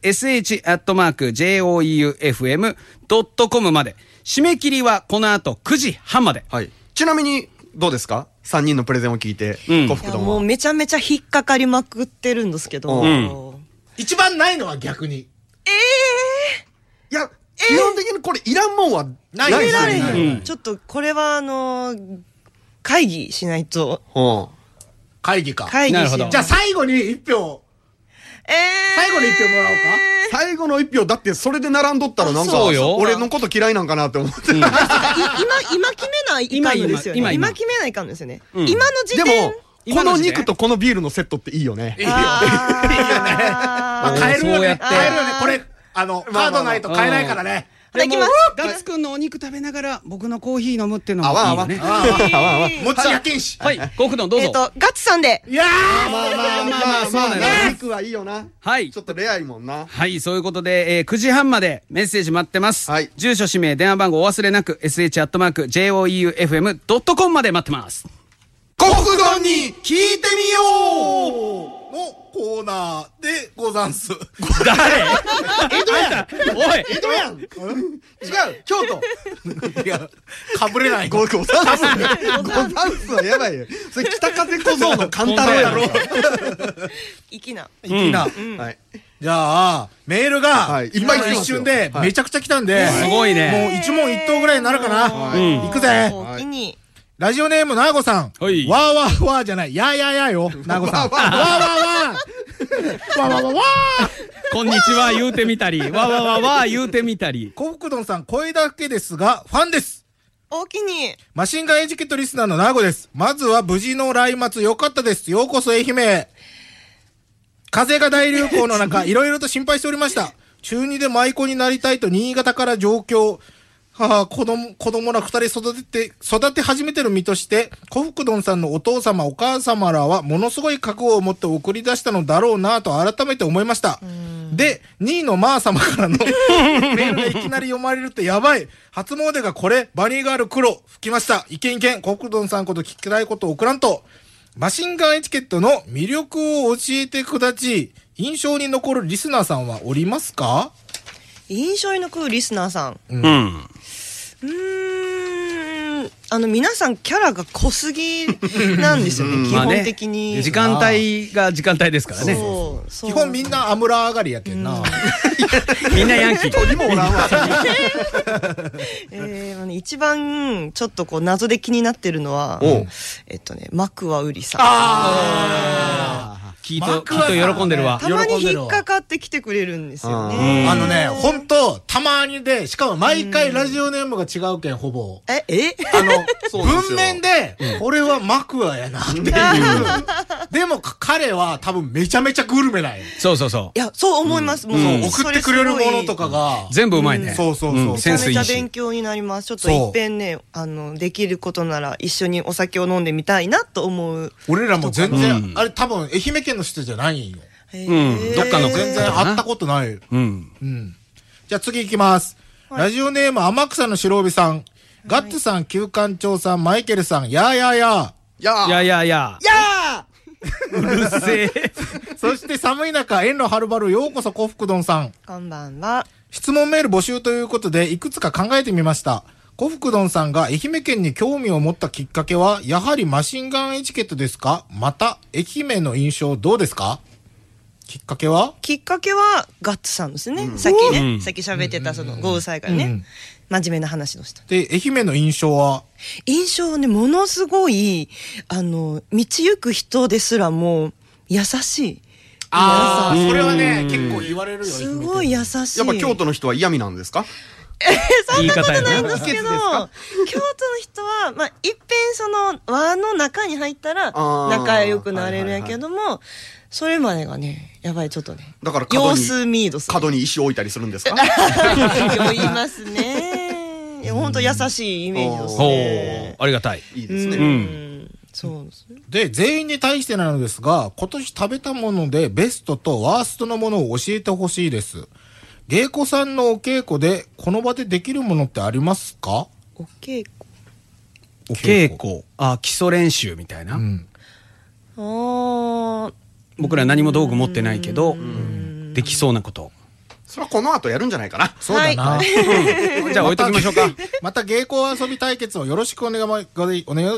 Speaker 2: sh.joeufm.com まで。締め切りはこの後9時半まで。
Speaker 3: はい。ちなみに、どうですか ?3 人のプレゼンを聞いて、
Speaker 2: うん
Speaker 3: 幸
Speaker 5: い
Speaker 3: 福
Speaker 5: や
Speaker 3: 丼
Speaker 5: もう
Speaker 3: は。
Speaker 5: めちゃめちゃ引っかかりまくってるんですけど、
Speaker 2: ん
Speaker 4: 一番ないのは逆に。
Speaker 3: いや、基本的にこれいらんもんはない
Speaker 4: ない
Speaker 5: えられ
Speaker 3: ですよね
Speaker 5: へん、ちょっとこれはあのー会議しないと
Speaker 3: うん
Speaker 4: 会議か。
Speaker 5: 会議し
Speaker 2: なるほど
Speaker 4: じゃあ最後に一票、
Speaker 5: えー
Speaker 4: 最後に一票もらおうか。
Speaker 3: 最後の一票、だってそれで並んどったらなん
Speaker 2: あ
Speaker 3: か
Speaker 2: そう、よ
Speaker 3: 俺のこと嫌いなんかなって思って。
Speaker 5: 今今決めないかんのですよね
Speaker 2: 今今今
Speaker 5: 今
Speaker 2: 今
Speaker 5: 決めないかんですよね、
Speaker 2: うん
Speaker 5: 今の時
Speaker 3: で
Speaker 5: 点
Speaker 3: も、こ
Speaker 2: 今の
Speaker 3: の
Speaker 2: 時点
Speaker 3: 肉とこのビールのセットっていいよね。
Speaker 5: あ
Speaker 4: ま
Speaker 5: ー
Speaker 4: あ、
Speaker 2: おー
Speaker 4: 買えるよ
Speaker 2: そうやっ
Speaker 4: ね。
Speaker 2: て
Speaker 4: 買えるよね。これ、あの、
Speaker 3: ま
Speaker 4: カ
Speaker 3: あまあ
Speaker 4: ードないと買えないからね。
Speaker 5: できます
Speaker 2: ガッツくんのお肉食べながら僕のコーヒー飲むっていうのもい
Speaker 3: あ
Speaker 2: いよね。
Speaker 3: わあわ。
Speaker 2: ね
Speaker 3: あわあわあわ。
Speaker 4: 持ち家禁止。
Speaker 2: はい、ゴフドンどう
Speaker 5: え
Speaker 2: ぞ
Speaker 5: っ、。とガッツさんで
Speaker 4: いやー
Speaker 3: まあまあまあまあまあ、お肉はいいよな。
Speaker 2: はい
Speaker 3: ちょっとレアいもんな。
Speaker 2: はい、そういうことで、えー9時半までメッセージ待ってます。
Speaker 3: はい
Speaker 2: 住所、氏名、電話番号お忘れなく、sh.joeufm.com まで待ってます。
Speaker 3: 幸福丼に聞いてみよう
Speaker 4: のコーナーでござんす。
Speaker 2: 誰江戸やおい
Speaker 3: 江戸やん違う京都
Speaker 4: いや、かぶれない。
Speaker 3: ごござんすござんすはやばいよ。それ北風小僧の簡単やろ
Speaker 2: ほん。
Speaker 5: 粋な
Speaker 4: 粋な。
Speaker 3: はい。
Speaker 4: じゃあ、メールが、
Speaker 3: はい
Speaker 4: いっぱい来てますよ
Speaker 3: 今の
Speaker 4: 一瞬で、
Speaker 3: はい
Speaker 4: めちゃくちゃ来たんで、
Speaker 2: すごい
Speaker 4: も
Speaker 2: ね。
Speaker 4: う一問一答ぐらいになるかな。いくぜ。
Speaker 5: お気に
Speaker 4: ラジオネーム、なーごさ
Speaker 2: は
Speaker 4: ん。わ
Speaker 2: い
Speaker 4: ーわーわーじゃない。やーやーやー よ、なーごさん。わーわーわー。わーわーわーわー。
Speaker 2: こんにちは、言うてみたり。わわわわ、言うてみたり。
Speaker 4: 幸福丼さん、声だけですが、ファンです。
Speaker 5: お気に
Speaker 4: マシンガンエチケットリスナーのナゴです。まずは無事の来末良かったです。ようこそ愛媛へ。風が大流行の中、いろいろと心配しておりました。中2で舞妓になりたいと新潟から上京。母、子供、子供ら二人育てて、育て始めてる身として、小福丼さんのお父様、お母様らは、ものすごい覚悟を持って送り出したのだろうなと改めて思いました。で、2位のマー様からの メールがいきなり読まれるってやばい。初詣がこれ、バニーガール黒、吹きました。いけんいけん、小福丼さんこと聞きたいことを送らんと。マシンガンエチケットの魅力を教えてくだち、印象に残るリスナーさんはおりますか
Speaker 5: 印象に残るリスナーさんう
Speaker 2: うん。
Speaker 5: ーんあの皆さんキャラが濃すぎなんですよね基
Speaker 2: まあね
Speaker 5: 本的に、
Speaker 2: 時間帯が時間帯ですからね。
Speaker 5: そうそう
Speaker 4: 基本みんなアムラ上がりやけんな。
Speaker 2: みんなヤンキー。
Speaker 3: もうおらんわ。
Speaker 5: えーあの一番ちょっとこう謎で気になってるのは
Speaker 3: おう
Speaker 5: えっとねマクワウリさん
Speaker 2: きっと、きっと喜んでるわ。
Speaker 5: たまに
Speaker 4: 喜んでるわ
Speaker 5: 引っかかってきてくれるんですよ
Speaker 2: う
Speaker 5: ね
Speaker 2: ん
Speaker 4: あのね、ほんと、たまにで、しかも毎回ラジオネームが違うけん、ほぼ。
Speaker 5: ええ
Speaker 4: あの、
Speaker 3: そうなんですよ
Speaker 4: 文面で、俺はマクワやなっていう。でも、か彼は多分めちゃめちゃグルメなんよ
Speaker 2: そうそうそ
Speaker 5: いやそう思います、もう
Speaker 2: うん
Speaker 4: 送ってくれるものとか
Speaker 2: う。。
Speaker 4: が
Speaker 2: 全部うまいね。
Speaker 4: そうそうそう。
Speaker 2: ん
Speaker 5: めちゃめち
Speaker 2: センス
Speaker 5: ゃ
Speaker 2: いいし
Speaker 5: 勉強になりますちょっと
Speaker 4: そう
Speaker 5: いっぺんねあのできることなら一緒にお酒を飲んでみたいなと思う
Speaker 4: 俺らも全然、
Speaker 2: うん
Speaker 4: あれ多分愛媛県の人じゃないんよ。
Speaker 2: うんどっかの
Speaker 4: 全然会ったことない。
Speaker 2: うん。
Speaker 4: うん。じゃあ次行きます。ラジオネーム天草の白帯さん。ガッツさん、旧館長さん、マイケルさん、やーやーやー。
Speaker 3: や
Speaker 2: い
Speaker 3: あ
Speaker 2: やいやいや。
Speaker 5: や
Speaker 2: うるせえ。
Speaker 4: そして寒い中、遠路はるばるようこそ幸福丼さん。
Speaker 5: ーこんばんは
Speaker 4: 質問メール募集ということで、いくつか考えてみました。小福丼さんが愛媛県に興味を持ったきっかけは、やはりマシンガンエチケットですかまた、愛媛の印象どうですかきっかけは
Speaker 5: きっかけはガッツさんですね、さっき
Speaker 2: う
Speaker 5: ね、
Speaker 2: ん
Speaker 5: さっき喋ってたその豪雨災害ね、
Speaker 4: うん
Speaker 5: 真面目な話の人
Speaker 4: で、愛媛の印象は、
Speaker 5: 印象はねものすごいあの道行く人ですらもう優しい
Speaker 4: あ
Speaker 2: ーそれはね
Speaker 4: 結構言われるよ
Speaker 5: すごい優しい
Speaker 3: やっぱ京都の人は嫌味なんですか
Speaker 2: 言い方や
Speaker 5: ないん
Speaker 2: な
Speaker 5: で。 すけど、京都の人は、まあ、いっぺんその輪の中に入ったら
Speaker 3: あー
Speaker 5: 仲良くなれるんやけども、それまでがね、やばい、ちょっとね。
Speaker 3: だから角
Speaker 5: 様
Speaker 3: に
Speaker 5: 子見ードする。
Speaker 3: 角に石置いたりするんですか
Speaker 5: 酔いますね。いや、ほんと優しいイメージです
Speaker 2: ほ
Speaker 5: ね
Speaker 2: う。。ありがたい。
Speaker 3: いいで
Speaker 5: う
Speaker 3: す
Speaker 5: ん。
Speaker 3: ね。
Speaker 5: そうですね。
Speaker 4: で、全員に対してなのですが、今年食べたものでベストとワーストのものを教えてほしいです。芸妓さんのお稽古で、この場でできるものってありますか
Speaker 5: お稽古。
Speaker 2: お稽古あ基礎練習みたいな、
Speaker 4: うん。
Speaker 5: おー
Speaker 2: 僕ら何も道具持ってないけどできそうな こと
Speaker 3: それはこの後やるんじゃないかな。
Speaker 4: そうだな。
Speaker 2: じゃあ置いときましょうか
Speaker 4: また芸行遊び対決をよろしくお願い、お願い、お願い。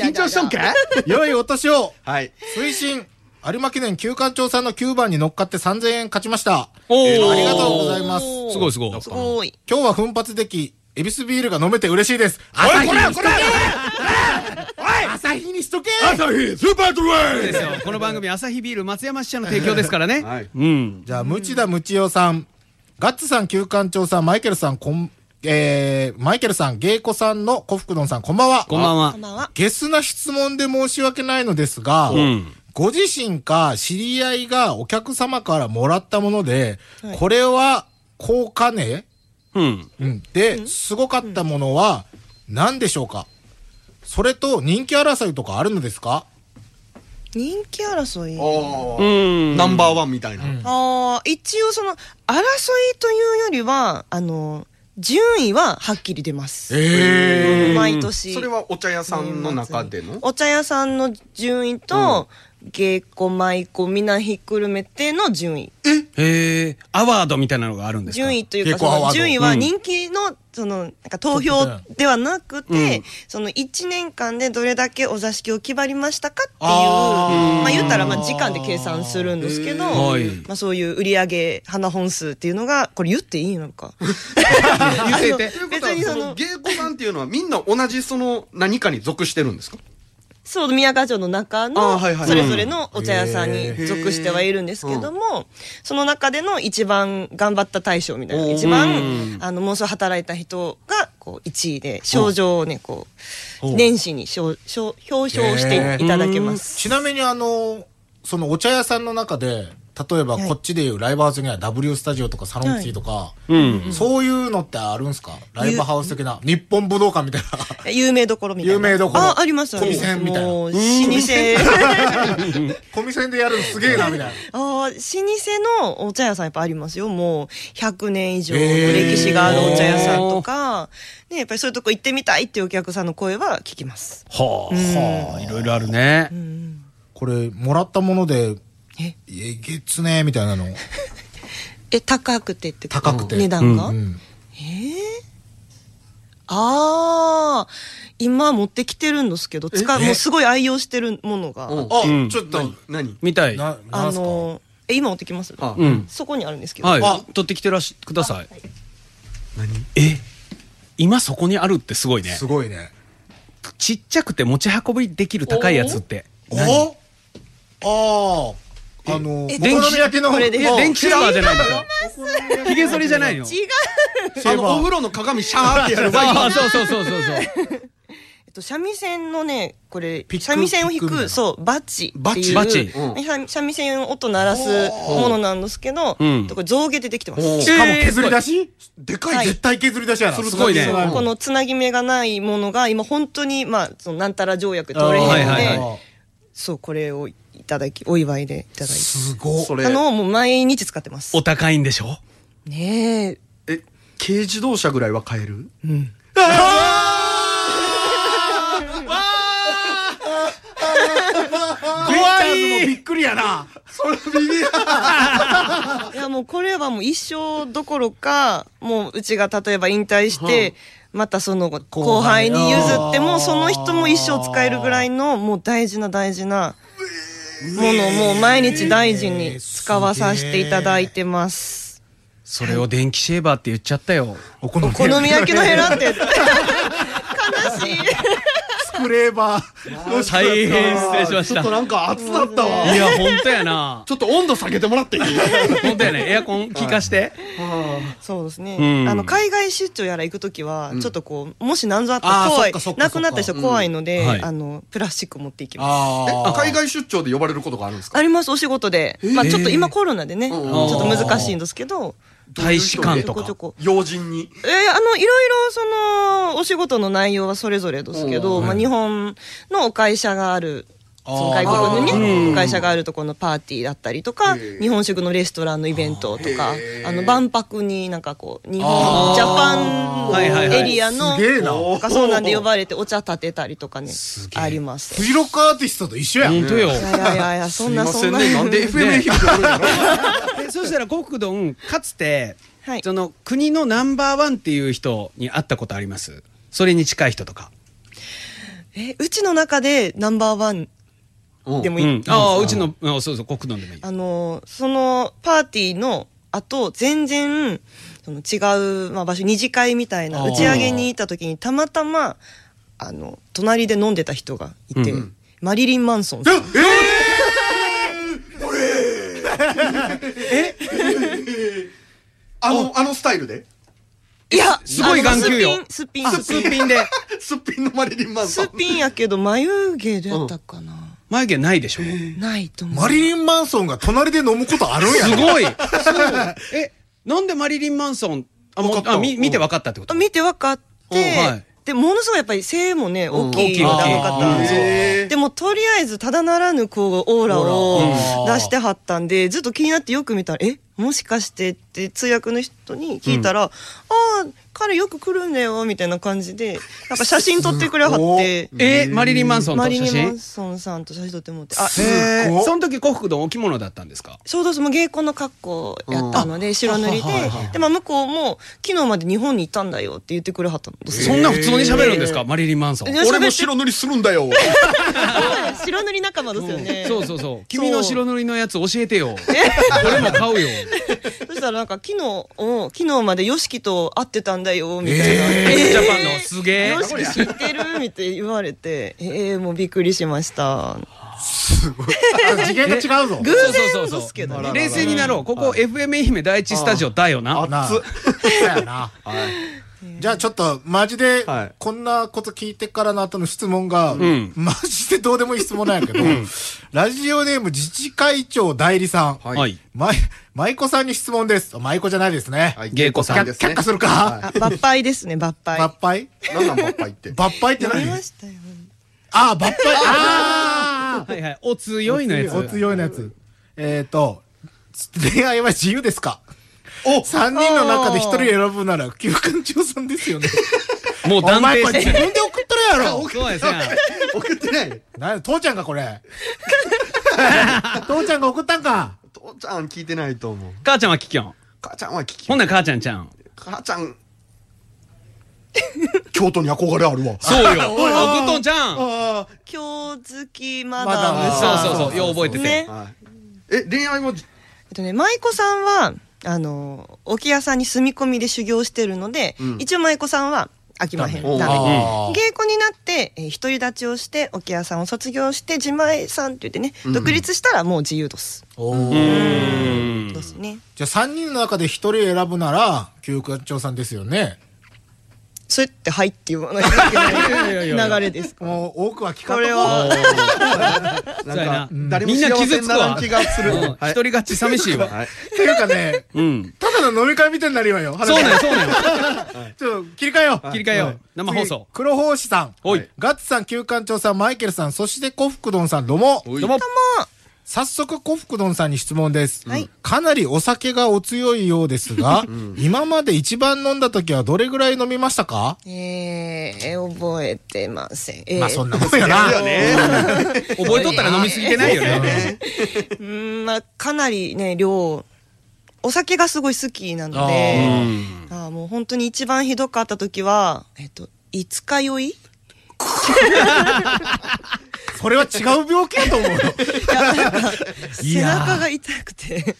Speaker 3: 緊張しとんか
Speaker 4: 良いお年を
Speaker 3: はい。
Speaker 4: 推進有馬記念旧館長さんの9番に乗っかって3000円勝ちました。
Speaker 2: お
Speaker 4: あ
Speaker 2: お
Speaker 4: りがとうございます。
Speaker 5: おー
Speaker 2: すごいすごい
Speaker 5: すごい。
Speaker 4: 今日は奮発でき、エビスビールが飲めて嬉しいです。
Speaker 3: お
Speaker 4: 朝
Speaker 3: い、
Speaker 4: 日
Speaker 3: こ
Speaker 4: に
Speaker 3: れ
Speaker 4: し
Speaker 3: これ
Speaker 4: と
Speaker 3: こ
Speaker 4: け
Speaker 3: れ
Speaker 4: 朝日にしとけ
Speaker 3: 朝日スーパードラ
Speaker 2: で
Speaker 3: イ
Speaker 2: すよこの番組朝日ビール松山支社の提供ですからね、
Speaker 3: はい
Speaker 2: うん
Speaker 4: じゃあ、ムチダムチオさん、ガッツさん、旧館長さん、マイケルさん、こん、えー、マイケルさん、ゲイコさんのコフクドンさん、こんばんは。
Speaker 2: こんばんは
Speaker 5: こんばんは。
Speaker 4: ゲスな質問で申し訳ないのですが、
Speaker 2: ん
Speaker 4: ご自身か知り合いがお客様からもらったもので、
Speaker 5: はい
Speaker 4: これは高金、
Speaker 2: うん
Speaker 4: うん、で、すごかったものは何でしょうかそれと人気争いとかあるのですか
Speaker 5: 人気争い。
Speaker 3: お
Speaker 2: う
Speaker 3: ー
Speaker 2: ん
Speaker 3: ナンバーワンみたいな。
Speaker 5: ああ、一応その、争いというよりは、あの、順位ははっきり出ます。
Speaker 4: え
Speaker 5: 毎年。
Speaker 3: それはお茶屋さんの中での
Speaker 5: お茶屋さんの順位と、芸妓舞妓皆ひっくるめての順位
Speaker 2: へえアワードみたいなのがあるんですか
Speaker 5: 順位という
Speaker 4: 芸妓
Speaker 5: かそ
Speaker 4: アワー
Speaker 5: の
Speaker 4: ド
Speaker 5: 順位は人気の,、そのなんか投票ではなくて、
Speaker 2: うん
Speaker 5: その1年間でどれだけお座敷を決まりましたかっていう
Speaker 4: あー
Speaker 5: まあ言ったらまあ時間で計算するんですけど、
Speaker 2: へーはい
Speaker 5: まあ、そういう売り上げ花本数っていうのがこれ言っていいの か
Speaker 2: 言ってて
Speaker 3: ということは
Speaker 5: 別に
Speaker 3: そ
Speaker 5: その
Speaker 3: の芸妓さんっていうのはみんな同じその何かに属してるんですか
Speaker 5: そう宮川城の
Speaker 3: あ
Speaker 5: 中
Speaker 3: ー
Speaker 5: の
Speaker 3: はいはい
Speaker 5: それぞれのお茶屋さんに属してはいるんですけどもその中での一番頑張った大賞みたいな
Speaker 3: おー
Speaker 5: 一番あのもうすぐ働いた人がこう1位で賞状をねこう年始に賞賞表彰していただけます。
Speaker 4: ちなみにあの、そのお茶屋さんの中で、例えば
Speaker 5: はい
Speaker 4: こっちでいうライブハウスには W スタジオとかサロンティーとか、
Speaker 2: うん
Speaker 4: そういうのってあるんですかライブハウス的な。日本武道館みたいな。
Speaker 5: 有名どころみたいな。
Speaker 4: 有名どころ
Speaker 5: あ、ありますありま
Speaker 4: 小店
Speaker 5: す。
Speaker 4: みたいな
Speaker 5: もう、老 舗。
Speaker 4: コミセンでやるのすげえな、みたいな。
Speaker 5: ああ、老舗のお茶屋さんやっぱありますよ。もう100年以上の歴史があるお茶屋さんとか、ね、やっぱりそういうとこ行ってみたいっていうお客さんの声は聞きます。
Speaker 2: はあ、はあ、いろいろあるね、
Speaker 4: これ、もらったもので、
Speaker 5: え
Speaker 4: えげつねえ、みたいなの。
Speaker 5: え、高くてってこと
Speaker 4: 高くて
Speaker 5: 値段が、
Speaker 4: うん。
Speaker 5: えーああ、今持ってきてるんですけど、使う、もうすごい愛用してるものが、
Speaker 3: あ
Speaker 4: あ、
Speaker 2: うん
Speaker 4: ちょっと、
Speaker 3: 何
Speaker 2: みたい
Speaker 4: な、な
Speaker 5: あ
Speaker 4: んすか
Speaker 5: の、え、今持ってきます
Speaker 3: あ
Speaker 2: うん
Speaker 5: そこにあるんですけど、
Speaker 2: はい
Speaker 4: あ
Speaker 2: 取ってきてらしください何え今そこにあるってすごいね
Speaker 4: すごいね。
Speaker 2: ちっちゃくて持ち運びできる高いやつって
Speaker 4: おああ、あの、お
Speaker 5: え
Speaker 4: 好み焼きの、
Speaker 5: これで
Speaker 2: いや電気シャワーじゃないんだよ
Speaker 4: の
Speaker 2: ひげ剃りじゃないよ
Speaker 5: 違う。
Speaker 4: シ
Speaker 3: あ
Speaker 4: ェー
Speaker 3: のお
Speaker 4: バ
Speaker 3: 風
Speaker 4: ー
Speaker 3: 呂の鏡シャーってやる
Speaker 2: ああそうそうそうそうそう
Speaker 5: えっと、三味線のね、これ
Speaker 4: ピッ、ク
Speaker 5: 三味線を
Speaker 4: ピ
Speaker 5: 弾
Speaker 4: ックみたいな
Speaker 5: く、そう、バチ
Speaker 3: バ
Speaker 5: って
Speaker 3: チ
Speaker 5: いう。
Speaker 2: バチ
Speaker 3: うん
Speaker 5: 三三味線を音鳴らすものなんですけど、
Speaker 2: うん
Speaker 5: これ象牙でできてます。
Speaker 3: おー
Speaker 5: こ
Speaker 4: しかも
Speaker 2: えー
Speaker 4: 削り出しでか、
Speaker 5: はいい
Speaker 4: 絶対削り出しやな。
Speaker 2: すごいね
Speaker 4: その
Speaker 5: このつなぎ目がないものが、今本当に、まあ、そのなんたら条約で
Speaker 4: あー
Speaker 5: 取れへんの
Speaker 2: は
Speaker 5: で、
Speaker 2: いはいは
Speaker 5: そう、これをいただき、お祝いでいただいて。
Speaker 4: すごい
Speaker 3: そ。れ
Speaker 5: あの、もう毎日使ってます
Speaker 2: お。高いんでしょ
Speaker 5: ねえ。
Speaker 3: え軽自動車ぐらいは買える
Speaker 5: うん。
Speaker 4: 怖いもびっくりやな。
Speaker 5: いやもうこれはもう一生どころか、もううちが例えば引退して、またその後輩に譲っても、その人も一生使えるぐらいのもう大事な大事なものをもう毎日大事に使わさせていただいてます。
Speaker 2: それを電気シェーバーって言っちゃったよ
Speaker 4: お好み
Speaker 5: お好み焼きのヘラって。悲しい。
Speaker 4: スクレーバーの
Speaker 2: 大変失礼しまし
Speaker 3: ちょ
Speaker 2: た
Speaker 3: っとなんか暑だったわ
Speaker 2: いや本当やな
Speaker 3: ちょっと温度下げてもら っていい
Speaker 2: 本当やねエアコン効かして
Speaker 5: そうですね。
Speaker 2: うん
Speaker 5: あの、海外出張やら行くときは、ちょっとこう、もし何ぞあった
Speaker 4: あー
Speaker 5: ら怖
Speaker 4: そっ
Speaker 5: い
Speaker 4: かそっ。か
Speaker 5: なくなった人怖いので、
Speaker 2: うんはい
Speaker 5: あの、プラスチック持っていきます。
Speaker 3: え
Speaker 4: あ
Speaker 3: 海外出張で呼ばれることがあるんですか
Speaker 5: あります、お仕事で。まあちょっと今コロナでね、ち
Speaker 3: うん
Speaker 5: ょっと難しいんですけど、
Speaker 2: 大使館
Speaker 5: ち
Speaker 2: と
Speaker 5: ょこ
Speaker 2: か
Speaker 5: ちょこ。
Speaker 3: 要人に
Speaker 5: えーあの、いろいろ、その、お仕事の内容はそれぞれですけど、まあ、日本のお会社があるその外国のね会社があるところのパーティーだったりとか日本食のレストランのイベントとかあの万博になんかこう日本ジャパンのエリアの
Speaker 4: すげえな
Speaker 5: なんかそうなんで呼ばれてお茶立てたりとかねあります。
Speaker 4: フジロックアーティストと一緒やん。
Speaker 2: 本当よ
Speaker 5: いやいやいやいやそんなそんな。
Speaker 3: なんで FM 愛媛 がおるんやろ
Speaker 2: でそしたら国土かつて、
Speaker 5: はい
Speaker 2: その国のナンバーワンっていう人に会ったことありますそれに近い人とか、
Speaker 5: えうちの中でナンバーワンでもいい、
Speaker 2: うんああうちのうんそうそう国土でもいい
Speaker 5: あのそのパーティーの後全然その違う、まあ、場所二次会みたいな
Speaker 2: あー
Speaker 5: 打ち上げに行った時にたまたまあの隣で飲んでた人がいて、マリリン・マンソンさん
Speaker 3: あの、あのスタイルで
Speaker 5: いや
Speaker 2: すごい眼球よ
Speaker 5: あのすっぴん
Speaker 2: あ
Speaker 5: すっ
Speaker 2: すっぴんで
Speaker 3: すっぴんのマリリンマン
Speaker 5: す
Speaker 3: ソ
Speaker 5: っ
Speaker 3: ン。
Speaker 5: ぴんやけど眉毛だったかな、
Speaker 2: 眉毛ないで しょ
Speaker 5: ないと思う
Speaker 4: マリリン・マンソンが隣で飲むことあるんや
Speaker 2: す
Speaker 4: ね。
Speaker 2: ごいそうえなんでマリリン・マンソンあも
Speaker 3: わ
Speaker 2: う
Speaker 3: かった
Speaker 2: あみ見て分かったってこと
Speaker 5: あ見て分かって、
Speaker 2: うんはい
Speaker 5: でものすごいやっぱり背もね大きい
Speaker 2: うん
Speaker 5: 方
Speaker 2: 大きい大きい
Speaker 5: 々
Speaker 2: うん
Speaker 5: でもとりあえずただならぬこうオーラを
Speaker 4: うん
Speaker 5: 出してはったんでずっと気になってよく見たら「えもしかして?」って通訳の人に聞いたら「ああ彼よく来るんだよ」みたいな感じでなんか写真撮ってくれはって
Speaker 2: えマリリン・マンソンと
Speaker 5: マリ
Speaker 2: 写
Speaker 5: ニ・マ
Speaker 2: 真
Speaker 5: ンソンさんと写真撮ってもらってあ
Speaker 2: え
Speaker 4: ごい
Speaker 2: ー、その時幸福丼お着物だったんですか
Speaker 5: ちょうどその芸妓の格好やったので白塗りでで、まあ、向こうも「昨日まで日本にいたんだよ」って言ってくれはったんですよ
Speaker 2: そんな普通に喋るんですか、マリリン・マンソン
Speaker 5: いや喋って
Speaker 3: 俺も白塗りするんだよ。
Speaker 5: 白塗り仲間ですよね、
Speaker 2: そうそうそう君の白塗りのやつ教えてよ俺も買うよ
Speaker 5: そしたらなんか昨日お昨日まで YOSHIKI と会ってたんだよみたいな
Speaker 2: えージャパンのすげ
Speaker 5: 「
Speaker 2: え
Speaker 5: YOSHIKI 知ってる?」みたいな言われてええもうびっくりしました
Speaker 4: 次元が違うぞ
Speaker 5: 偶。然ですけどね
Speaker 2: 冷静になろうここ FM 愛媛第一スタジオだよな
Speaker 4: なあ。そうやな。じゃあちょっとマジで
Speaker 3: はい
Speaker 4: こんなこと聞いてからの後の質問が、
Speaker 2: ん
Speaker 4: マジでどうでもいい質問なんやけど、ラジオネーム自治会長代理さん、
Speaker 3: はい
Speaker 2: はい
Speaker 4: ま舞妓さんに質問ですあ舞妓じゃないですね、
Speaker 3: はい
Speaker 2: 芸妓さん
Speaker 3: 芸です
Speaker 4: 却
Speaker 3: ね
Speaker 4: 下。するか、
Speaker 5: あ抜杯ですね抜杯
Speaker 4: 抜杯
Speaker 3: なんなんばっか言って。
Speaker 4: 抜杯って
Speaker 5: 飲み
Speaker 4: 何
Speaker 5: ましたよ
Speaker 4: ああ抜杯あ
Speaker 2: はいはいお強いのや
Speaker 4: あお
Speaker 2: つ
Speaker 4: 強いのやつえっ、ー、と恋愛は自由ですかお三人の中で一人選ぶなら休館長さんですよね
Speaker 2: もう
Speaker 4: お
Speaker 2: 断
Speaker 4: 前
Speaker 2: 定
Speaker 4: これ
Speaker 2: し
Speaker 4: 自
Speaker 2: て
Speaker 4: 分で送っとるやろ
Speaker 2: そうですね
Speaker 3: 送ってない。
Speaker 4: なん父ちゃんかこれ 父ちゃんが送ったんか
Speaker 3: 父ちゃん聞いてないと思う。
Speaker 2: 母ちゃんは聞きよん
Speaker 3: 母ちゃんは聞き
Speaker 2: ほ。んなら母ちゃんちゃん
Speaker 3: 母ちゃん。京都に憧れあるわ。
Speaker 2: そうよおいおぐとんちゃんそう
Speaker 5: 今日付きマダム
Speaker 4: マダ
Speaker 5: さ
Speaker 4: ム
Speaker 5: ん
Speaker 2: そうそうよう覚えてて
Speaker 5: ね
Speaker 3: はいえ、恋愛も、
Speaker 5: えっとね舞妓さんはあの沖屋さんに住み込みで修行してるので、一応舞妓さんは飽きまへん
Speaker 3: ダメ
Speaker 5: ダメ
Speaker 4: あー
Speaker 5: 芸妓になって、えー独り立ちをして沖屋さんを卒業して自前さんって言ってね、独立したらもう自由どす。どすね。
Speaker 4: じゃあ3人の中で1人選ぶなら休館長さんですよね
Speaker 5: それって「はい」って言わないといけ
Speaker 2: いやい
Speaker 5: な
Speaker 2: や
Speaker 5: い流れですか。
Speaker 4: もう多くは聞か
Speaker 5: こ
Speaker 4: んと
Speaker 5: れは
Speaker 3: なん
Speaker 2: やな
Speaker 3: か、誰も
Speaker 2: みんな
Speaker 3: 幸
Speaker 2: 傷つ
Speaker 3: せに
Speaker 2: く
Speaker 3: なら
Speaker 2: わ
Speaker 3: ん気がする。
Speaker 2: うん一
Speaker 3: はい
Speaker 2: 人勝ち寂しいわ
Speaker 3: はい。
Speaker 4: っていうかね
Speaker 2: うん
Speaker 4: ただの飲み会みたいになるわよ
Speaker 2: そうなんよ
Speaker 4: 話
Speaker 2: そうなんよ
Speaker 4: ちょっと切り替えよう
Speaker 2: 切り替えよう生放
Speaker 4: 次
Speaker 2: 送
Speaker 4: 黒胞子さん
Speaker 2: おい
Speaker 4: ガッツさん休館長さんマイケルさんそしてコフクドンさんどうも
Speaker 2: どうも
Speaker 4: 早速コフクドンさんに質問です、
Speaker 5: はい
Speaker 4: かなりお酒がお強いようで すが、今まで一番飲んだ時はどれぐらい飲みましたか、
Speaker 5: えー、覚えてません。えー
Speaker 4: まあそんなもんやな
Speaker 2: 覚えとったら飲みすぎてないよね
Speaker 5: うーんまあかなりね量お酒がすごい好きなの
Speaker 4: あ
Speaker 5: で
Speaker 4: ー
Speaker 5: あーもう本当に一番ひどかった時は、えっと、五日酔い
Speaker 4: それは違う病気だと思うよ。
Speaker 5: 背中が痛くて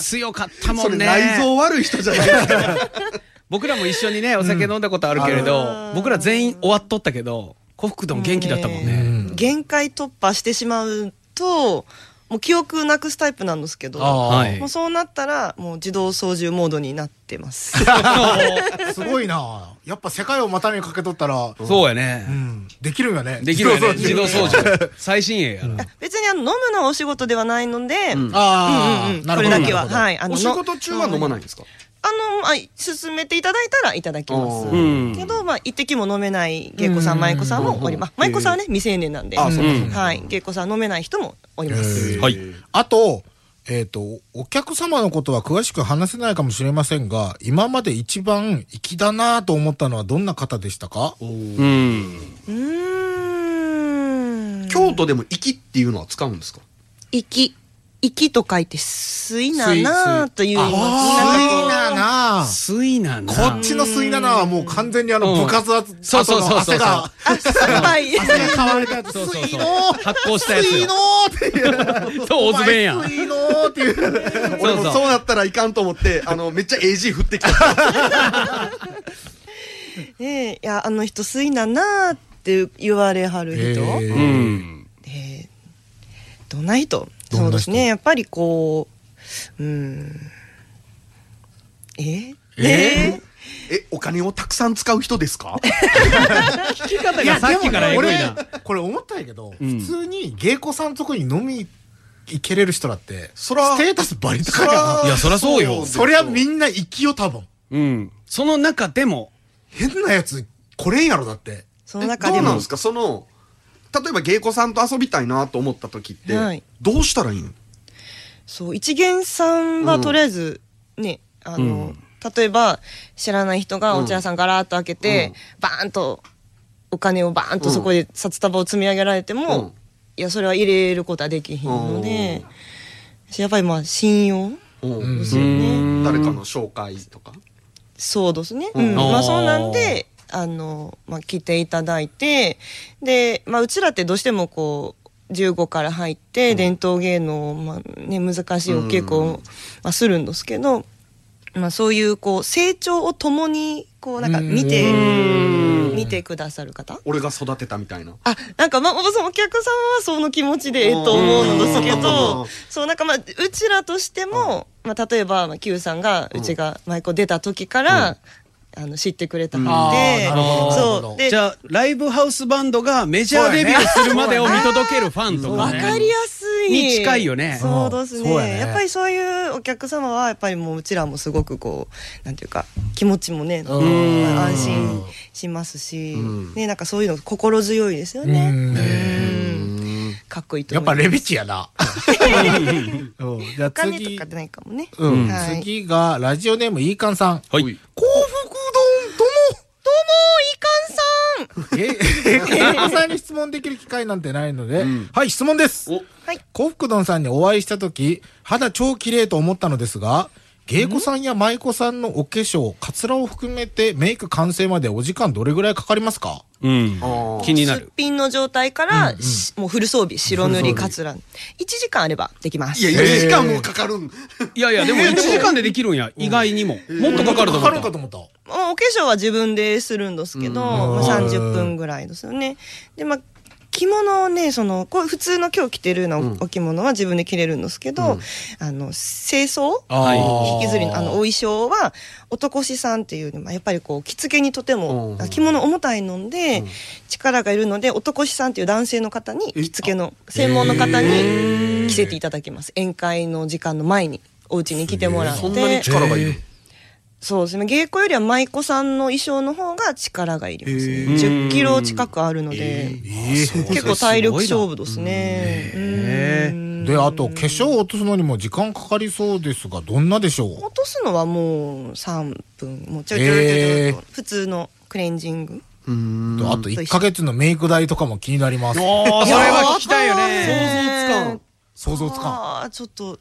Speaker 2: 強かったも
Speaker 3: それ
Speaker 2: んね
Speaker 3: 内臓悪い人じゃないですか。
Speaker 2: 僕らも一緒にねお酒飲んだことあるけれど僕ら全員終わっとったけど幸福丼元気だったもんね
Speaker 5: もうね限界突破してしまうともう記憶なくすタイプなんですけど
Speaker 2: はい
Speaker 5: もうそうなったらもう自動操縦モードになってます
Speaker 4: すごいな。やっぱ世界を股にかけとったら、
Speaker 2: そうや
Speaker 4: う
Speaker 2: ね
Speaker 4: ん、できるよね。
Speaker 2: できるよね自動
Speaker 4: 操
Speaker 2: 操縦最新鋭やな
Speaker 5: 別にあの飲むのはお仕事ではないので、うんうん
Speaker 4: ああ、
Speaker 5: うん
Speaker 4: な
Speaker 5: こ
Speaker 4: る
Speaker 5: れ
Speaker 4: ほど。
Speaker 5: だけ
Speaker 4: な
Speaker 5: は
Speaker 4: るほど
Speaker 5: はいあの
Speaker 3: お仕事中は飲まないんですか
Speaker 5: ああの、まあ、進めていただいたらいただきます。
Speaker 2: うん
Speaker 5: けど、まあ、一滴も飲めない芸妓さん、舞妓さんもおります。舞妓さんはね、未成年なんで。
Speaker 3: あそう
Speaker 2: かそう
Speaker 5: はい、芸妓さん飲めない人もおります。
Speaker 2: はい
Speaker 4: あと、えっ、と、お客様のことは詳しく話せないかもしれませんが、今まで一番粋だなと思ったのはどんな方でしたか
Speaker 2: うん
Speaker 5: うーん。
Speaker 3: 京都でも粋っていうのは使うんですか
Speaker 5: 息。息と書いて、水ななという意味の。
Speaker 4: 粋だなあ
Speaker 2: すいなな
Speaker 4: こっちの粋だなあはもう完全にあの
Speaker 2: うん
Speaker 4: 部活後
Speaker 2: そうそうそう
Speaker 4: の
Speaker 2: そう
Speaker 4: 汗が、
Speaker 5: あ、酸っぱい。
Speaker 4: 汗が買われたやつ、
Speaker 2: そうそうそう
Speaker 4: 粋の
Speaker 2: 発酵したやつよ
Speaker 4: 粋のっていう。
Speaker 2: そうオズベンやん
Speaker 4: お前粋のっていう。
Speaker 2: そ
Speaker 3: 俺
Speaker 2: う
Speaker 3: も
Speaker 2: そ
Speaker 3: そううなったらいかんと 思って、あの、めっちゃ AG 振ってきた。
Speaker 5: ええいや、あの人水ななって言われはる人。
Speaker 4: え
Speaker 2: う
Speaker 4: ー
Speaker 2: ん
Speaker 5: えーどんな人
Speaker 4: どんな人
Speaker 5: そうですねやっぱりこううんえー、ええ
Speaker 3: え、お金をたくさん使う人ですか
Speaker 2: 聞き方がさっきからエ
Speaker 4: でも
Speaker 2: グい
Speaker 4: ね
Speaker 2: な
Speaker 4: 俺これ思ったんやけど、
Speaker 2: ん
Speaker 4: 普通に芸妓さんとこに飲み行けれる人だって
Speaker 3: そら
Speaker 4: ステータスバリ高いや
Speaker 2: いやそらそうよ
Speaker 4: なそりゃみんな生きよ多分
Speaker 2: うんその中でも
Speaker 4: 変なやつ来れんやろだって
Speaker 5: その
Speaker 3: え
Speaker 5: 中
Speaker 3: ど
Speaker 5: で
Speaker 3: うなん
Speaker 5: も
Speaker 3: ですかその、例えば芸妓さんと遊びたいなと思った時って、
Speaker 5: はい
Speaker 3: どうしたらいいの
Speaker 5: そう一元さんは
Speaker 3: うん
Speaker 5: とりあえずね、あの、
Speaker 2: うん
Speaker 5: 例えば知らない人が
Speaker 3: うん
Speaker 5: お茶屋さんガラーッと開けて、バーンとお金をバーンとそこで札束を積み上げられても、
Speaker 3: うん
Speaker 5: いやそれは入れることはできひんので、やっぱりまあ信用
Speaker 3: うん
Speaker 5: ですよね。
Speaker 3: 誰かの紹介とか。
Speaker 5: そうですね。
Speaker 3: うん
Speaker 5: うん。ま
Speaker 2: あー
Speaker 5: あそうなんで、あの、まあ来ていただいて、で、まあうちらってどうしてもこう、15から入って、伝統芸能を、まあね、難しいお稽古
Speaker 3: うん
Speaker 5: を、まあ、するんですけど、まあそういうこう、成長を共に、こうなんか見て、見てくださる方
Speaker 3: 俺が育てたみたいな。
Speaker 5: あ、なんかまあ、おそのお客さんはその気持ちでええと思うんですけ
Speaker 3: う
Speaker 5: ど
Speaker 3: ん、
Speaker 5: そう、なんかまあ、うちらとしても、まあ、例えば、まあ、Q さんが、うちが舞妓出た時から、あの、知ってくれたはずで、
Speaker 4: あーなるほどなるほ
Speaker 5: そ
Speaker 4: ど
Speaker 5: う、で、
Speaker 2: じゃあライブハウスバンドがメジャーデビューするまでを見届けるファンとか
Speaker 5: わ
Speaker 2: ね
Speaker 5: かりやすい。
Speaker 2: に近いよね
Speaker 5: そうです
Speaker 4: そう
Speaker 5: ね
Speaker 4: やね
Speaker 5: やっぱりそういうお客様は、やっぱりもう、うちらもすごくこう、なんていうか、気持ちもね、
Speaker 4: ん
Speaker 5: まあ安心しますし、
Speaker 3: ん
Speaker 5: ね、なんかそういうの心強いですよね。
Speaker 4: うん
Speaker 5: うんかっこいいと
Speaker 4: やっ
Speaker 5: 思
Speaker 4: ぱ
Speaker 5: います。
Speaker 4: レビチやなうんじゃあ
Speaker 5: お金と
Speaker 4: 次
Speaker 5: かでないかもね。
Speaker 4: うん
Speaker 5: はい
Speaker 4: 次がラジオネームいいかんさん
Speaker 2: はい
Speaker 4: 幸福丼とも
Speaker 5: どうも、いかんさん。
Speaker 4: え、芸妓さんに質問できる機会なんてないので、はい、質問です。
Speaker 5: はい
Speaker 4: 幸福丼さんにお会いしたとき、肌超綺麗と思ったのですが、芸妓さんや舞妓さんのお化粧、カツラを含めてメイク完成までお時間どれぐらいかかりますか
Speaker 2: うん
Speaker 3: あ
Speaker 2: 気になる
Speaker 5: すっぴんの状態から、しもうフル装備、白塗り、カツラ。1時間あればできま
Speaker 3: い
Speaker 5: す。
Speaker 3: や、1時間もかかるん。
Speaker 2: いやいやでも1時間でできるんや意外にももっとかかると思
Speaker 4: かかる
Speaker 2: っ
Speaker 4: んか
Speaker 2: た
Speaker 4: と思った。
Speaker 5: もうお化粧は自分でするんですけど、まあ、30分ぐらいですよね。で、まあ、着物をね、その、こう普通の今日着てるようなおお着物は自分で着れるんですけど、あの、清掃
Speaker 2: はい
Speaker 5: 引きずりのあのお
Speaker 4: い
Speaker 5: 衣装は男志さんっていう、まあ、やっぱりこう着付けにとても
Speaker 3: うん
Speaker 5: 着物重たいので力がいるので男志さんっていう男性の方に着付けの専門の方に着せていただきます宴会の時間の前にお家に来てもらっ
Speaker 3: そんなに
Speaker 5: て
Speaker 3: 力がいる。
Speaker 5: そうですね芸妓よりは舞妓さんの衣装の方が力がいりますね
Speaker 3: へ
Speaker 5: 10キロ近くあるので結構体力勝負ですね
Speaker 2: へ
Speaker 5: うん
Speaker 4: で、あと、化粧を落とすのにも時間かかりそうですが、どんなでしょう
Speaker 5: 落とすのはもう3分もうちょいちょいちょいちょいと普通のクレンジング
Speaker 3: うん。
Speaker 4: あと1ヶ月のメイク代とかも気になります。
Speaker 2: おーそれは聞きたいよね
Speaker 5: 想像つかん
Speaker 4: 想像つかん。
Speaker 5: あーちょっと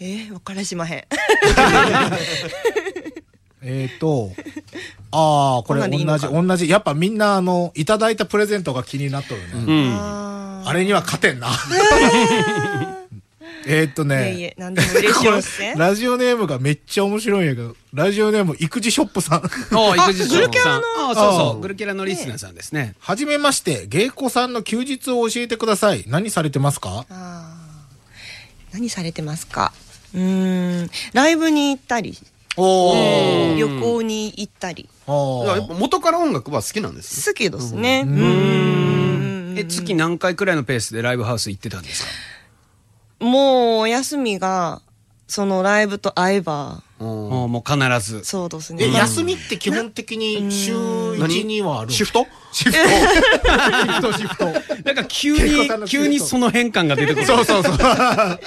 Speaker 5: えー、えー、分からしまへん
Speaker 4: えー、 と、ああ、これ
Speaker 5: こんなんでいいの
Speaker 4: 同じ、
Speaker 5: か
Speaker 4: 同じ。やっぱみんな、あの、いただいたプレゼントが気になっとるね。
Speaker 5: あ
Speaker 4: あれには勝てんな。 えーっと
Speaker 5: ーいえ
Speaker 4: ね。
Speaker 5: いえ何でも嬉しいおっ せ
Speaker 4: ラジオネームがめっちゃ面白いんやけど、ラジオネーム育児ショップさん。
Speaker 2: おー育児
Speaker 5: グルキャラの
Speaker 2: あーそう
Speaker 4: あ
Speaker 2: そ
Speaker 4: ー
Speaker 2: うグルキャラのリスナーさんですね
Speaker 4: はじめまして、芸妓さんの休日を教えてください。何されてますか
Speaker 5: あー何されてますかうーんライブに行ったり
Speaker 4: お
Speaker 5: 旅行に行ったり
Speaker 4: お
Speaker 3: やっぱ元から音楽は好きなんですね。
Speaker 5: 好きですねうんうん
Speaker 2: え月何回くらいのペースでライブハウス行ってたんですか
Speaker 5: もうお休みがそのライブと会えば
Speaker 2: もうもう必ず。
Speaker 5: そうですね
Speaker 4: え、。休みって基本的に週1、にはある
Speaker 3: シフト
Speaker 4: シフト。シフト、シ フト。
Speaker 2: なんか急
Speaker 4: 結構
Speaker 2: に
Speaker 4: 楽、しい
Speaker 2: 急にその変換が出てくる。
Speaker 4: そうそうそう。
Speaker 5: ま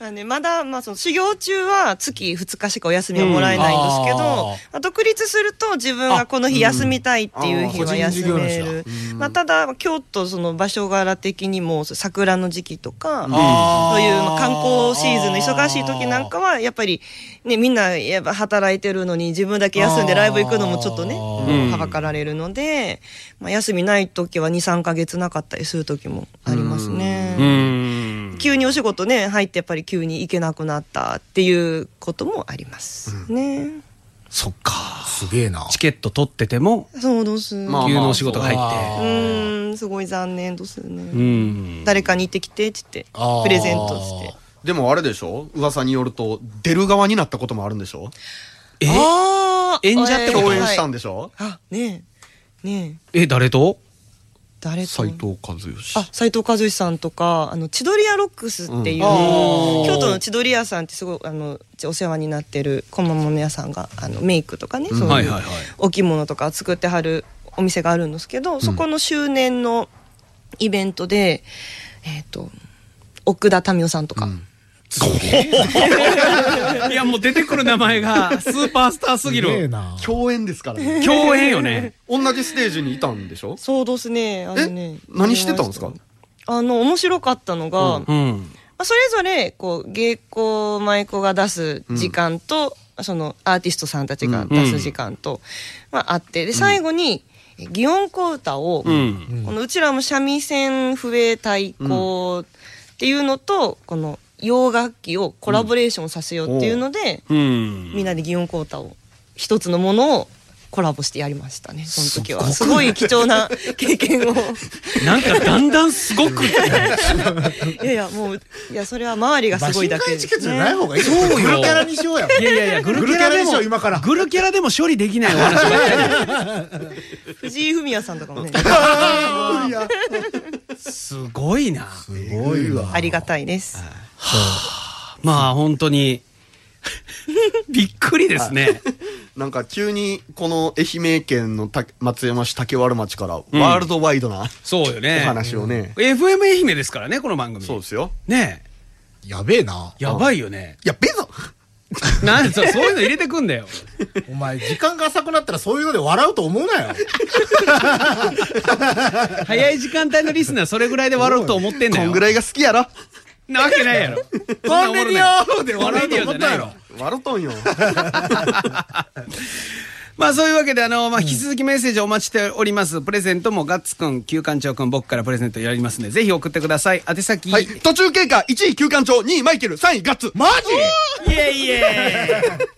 Speaker 5: あね、まだ、まあ、その修行中は月2日しかお休みはもらえないんですけど、
Speaker 4: うんあー
Speaker 5: まあ独立すると自分がこの日休みたいっていう日
Speaker 4: あう
Speaker 5: は
Speaker 4: んあー個人事
Speaker 5: 休
Speaker 4: 業
Speaker 5: め
Speaker 4: 主だ
Speaker 5: る。まあ、ただ、京都その場所柄的にも桜の時期とか、
Speaker 4: あー
Speaker 5: そういうまあ観光シーズンの忙しい時なんかは、やっぱり、ね、みんなやっぱ働いてるのに自分だけ休んでライブ行くのもちょっとね、
Speaker 2: うん
Speaker 5: はばかられるので、まあ、休みない時は2、3ヶ月なかったりする時もありますね。
Speaker 2: うん。
Speaker 5: 急にお仕事ね入ってやっぱり急に行けなくなったっていうこともありますね。
Speaker 2: そっか。
Speaker 4: すげえな。
Speaker 2: チケット取ってても、
Speaker 5: そうどす。
Speaker 3: まあ
Speaker 2: 急のお仕事が入って。
Speaker 5: うーんすごい残念どすね、
Speaker 2: うん。
Speaker 5: 誰かに行ってきてって言って
Speaker 4: あー
Speaker 5: プレゼントして。
Speaker 3: でもあれでしょ噂によると、出る側になったこともあるんでしょ
Speaker 2: え
Speaker 5: あー
Speaker 2: 演者って
Speaker 3: 共演したん
Speaker 5: で。
Speaker 3: でしょ
Speaker 5: はいあねえねえ
Speaker 2: え、誰と
Speaker 5: 誰と
Speaker 3: 斉藤和義。
Speaker 5: あ斉藤和義さんとかあの千鳥屋ロックスっていう、
Speaker 3: うんあ
Speaker 2: ー
Speaker 5: 京都の千鳥屋さんってすごいあのお世話になってる小物屋さんがあのメイクとかね、そう
Speaker 2: はい
Speaker 5: い
Speaker 2: は
Speaker 5: う
Speaker 2: い はい
Speaker 5: お着物とか作ってはるお店があるんですけど、そこの周年のイベントでえっ、と奥田民生さんとか、
Speaker 2: いや、もう出てくる名前がスーパースターすぎ
Speaker 4: すげえ
Speaker 2: る。
Speaker 4: な。
Speaker 3: 共演ですからね。
Speaker 2: 共演よね。
Speaker 3: 同じステージにいたんでしょ
Speaker 5: そうですねあのね
Speaker 3: え何してたんですか
Speaker 5: あの面白かったのが、ま
Speaker 2: うん。
Speaker 5: あ、それぞれこう芸妓舞妓が出す時間と、そのアーティストさんたちが出す時間と、まあ、あってで最後に祇園小唄を、
Speaker 2: うん。
Speaker 5: このうちらも三味線笛太鼓っていうのと、この洋楽器をコラボレーションさせようっていうので、
Speaker 2: うん。
Speaker 5: みんなで祇園コータを一つのものをコラボしてやりましたねその時はすごい貴重 な経験を
Speaker 2: なんかだんだんすごく。
Speaker 5: いやいやもういやそれは周りがすごいだけ
Speaker 4: バシンカイチケッ
Speaker 5: です、
Speaker 4: トじゃない
Speaker 5: ね、
Speaker 4: 方がいいよ。そうよ。グルキャラにしようや。
Speaker 2: いやいやいや、グルキャラ
Speaker 4: グルキャラ
Speaker 2: で
Speaker 4: でし
Speaker 2: も、
Speaker 4: ょ今から
Speaker 2: グルキャラでも処理できないお話ばっかり
Speaker 5: 藤井フミヤさんとか もね
Speaker 2: すごいな。
Speaker 4: すごいわ。
Speaker 5: ありがたいです
Speaker 2: まあ、本当に。 びっくりですね。
Speaker 3: なんか急にこの愛媛県のた松山市竹原町からワ
Speaker 2: ん
Speaker 3: ールドワイドな
Speaker 2: そうよ
Speaker 3: お
Speaker 2: ね。
Speaker 3: 話をね。
Speaker 2: FM 愛媛ですからね、この番組。
Speaker 3: そうですよ。
Speaker 2: ねえ。
Speaker 4: やべえな。
Speaker 2: やばいよね。
Speaker 3: いや、ベゾ
Speaker 2: なんでそうそういうの入れてくんだよ。
Speaker 4: お前、時間が浅くなったらそういうので笑うと思うなよ。
Speaker 2: 早い時間帯のリスナーそれぐらいで笑うと思ってんだ
Speaker 3: こ
Speaker 2: よ。
Speaker 3: んぐらいが好きやろ
Speaker 2: なわけないやろ。
Speaker 4: こんでにゃーで笑うと
Speaker 2: こんでにゃ
Speaker 4: 思っ
Speaker 2: ーじゃ
Speaker 4: た
Speaker 2: ない
Speaker 4: や
Speaker 2: の
Speaker 4: ろ。
Speaker 3: 笑とんよ。
Speaker 2: まあそういうわけで、あの、まあ引き続きメッセージお待ちしております。プレゼントもガッツくん、旧館長くん、僕からプレゼントやりますんで、ぜひ送ってください。宛先。
Speaker 3: はい。途中経過、1位、休館長、2位、マイケル、3位、ガッツ。マジ
Speaker 2: いえいえ。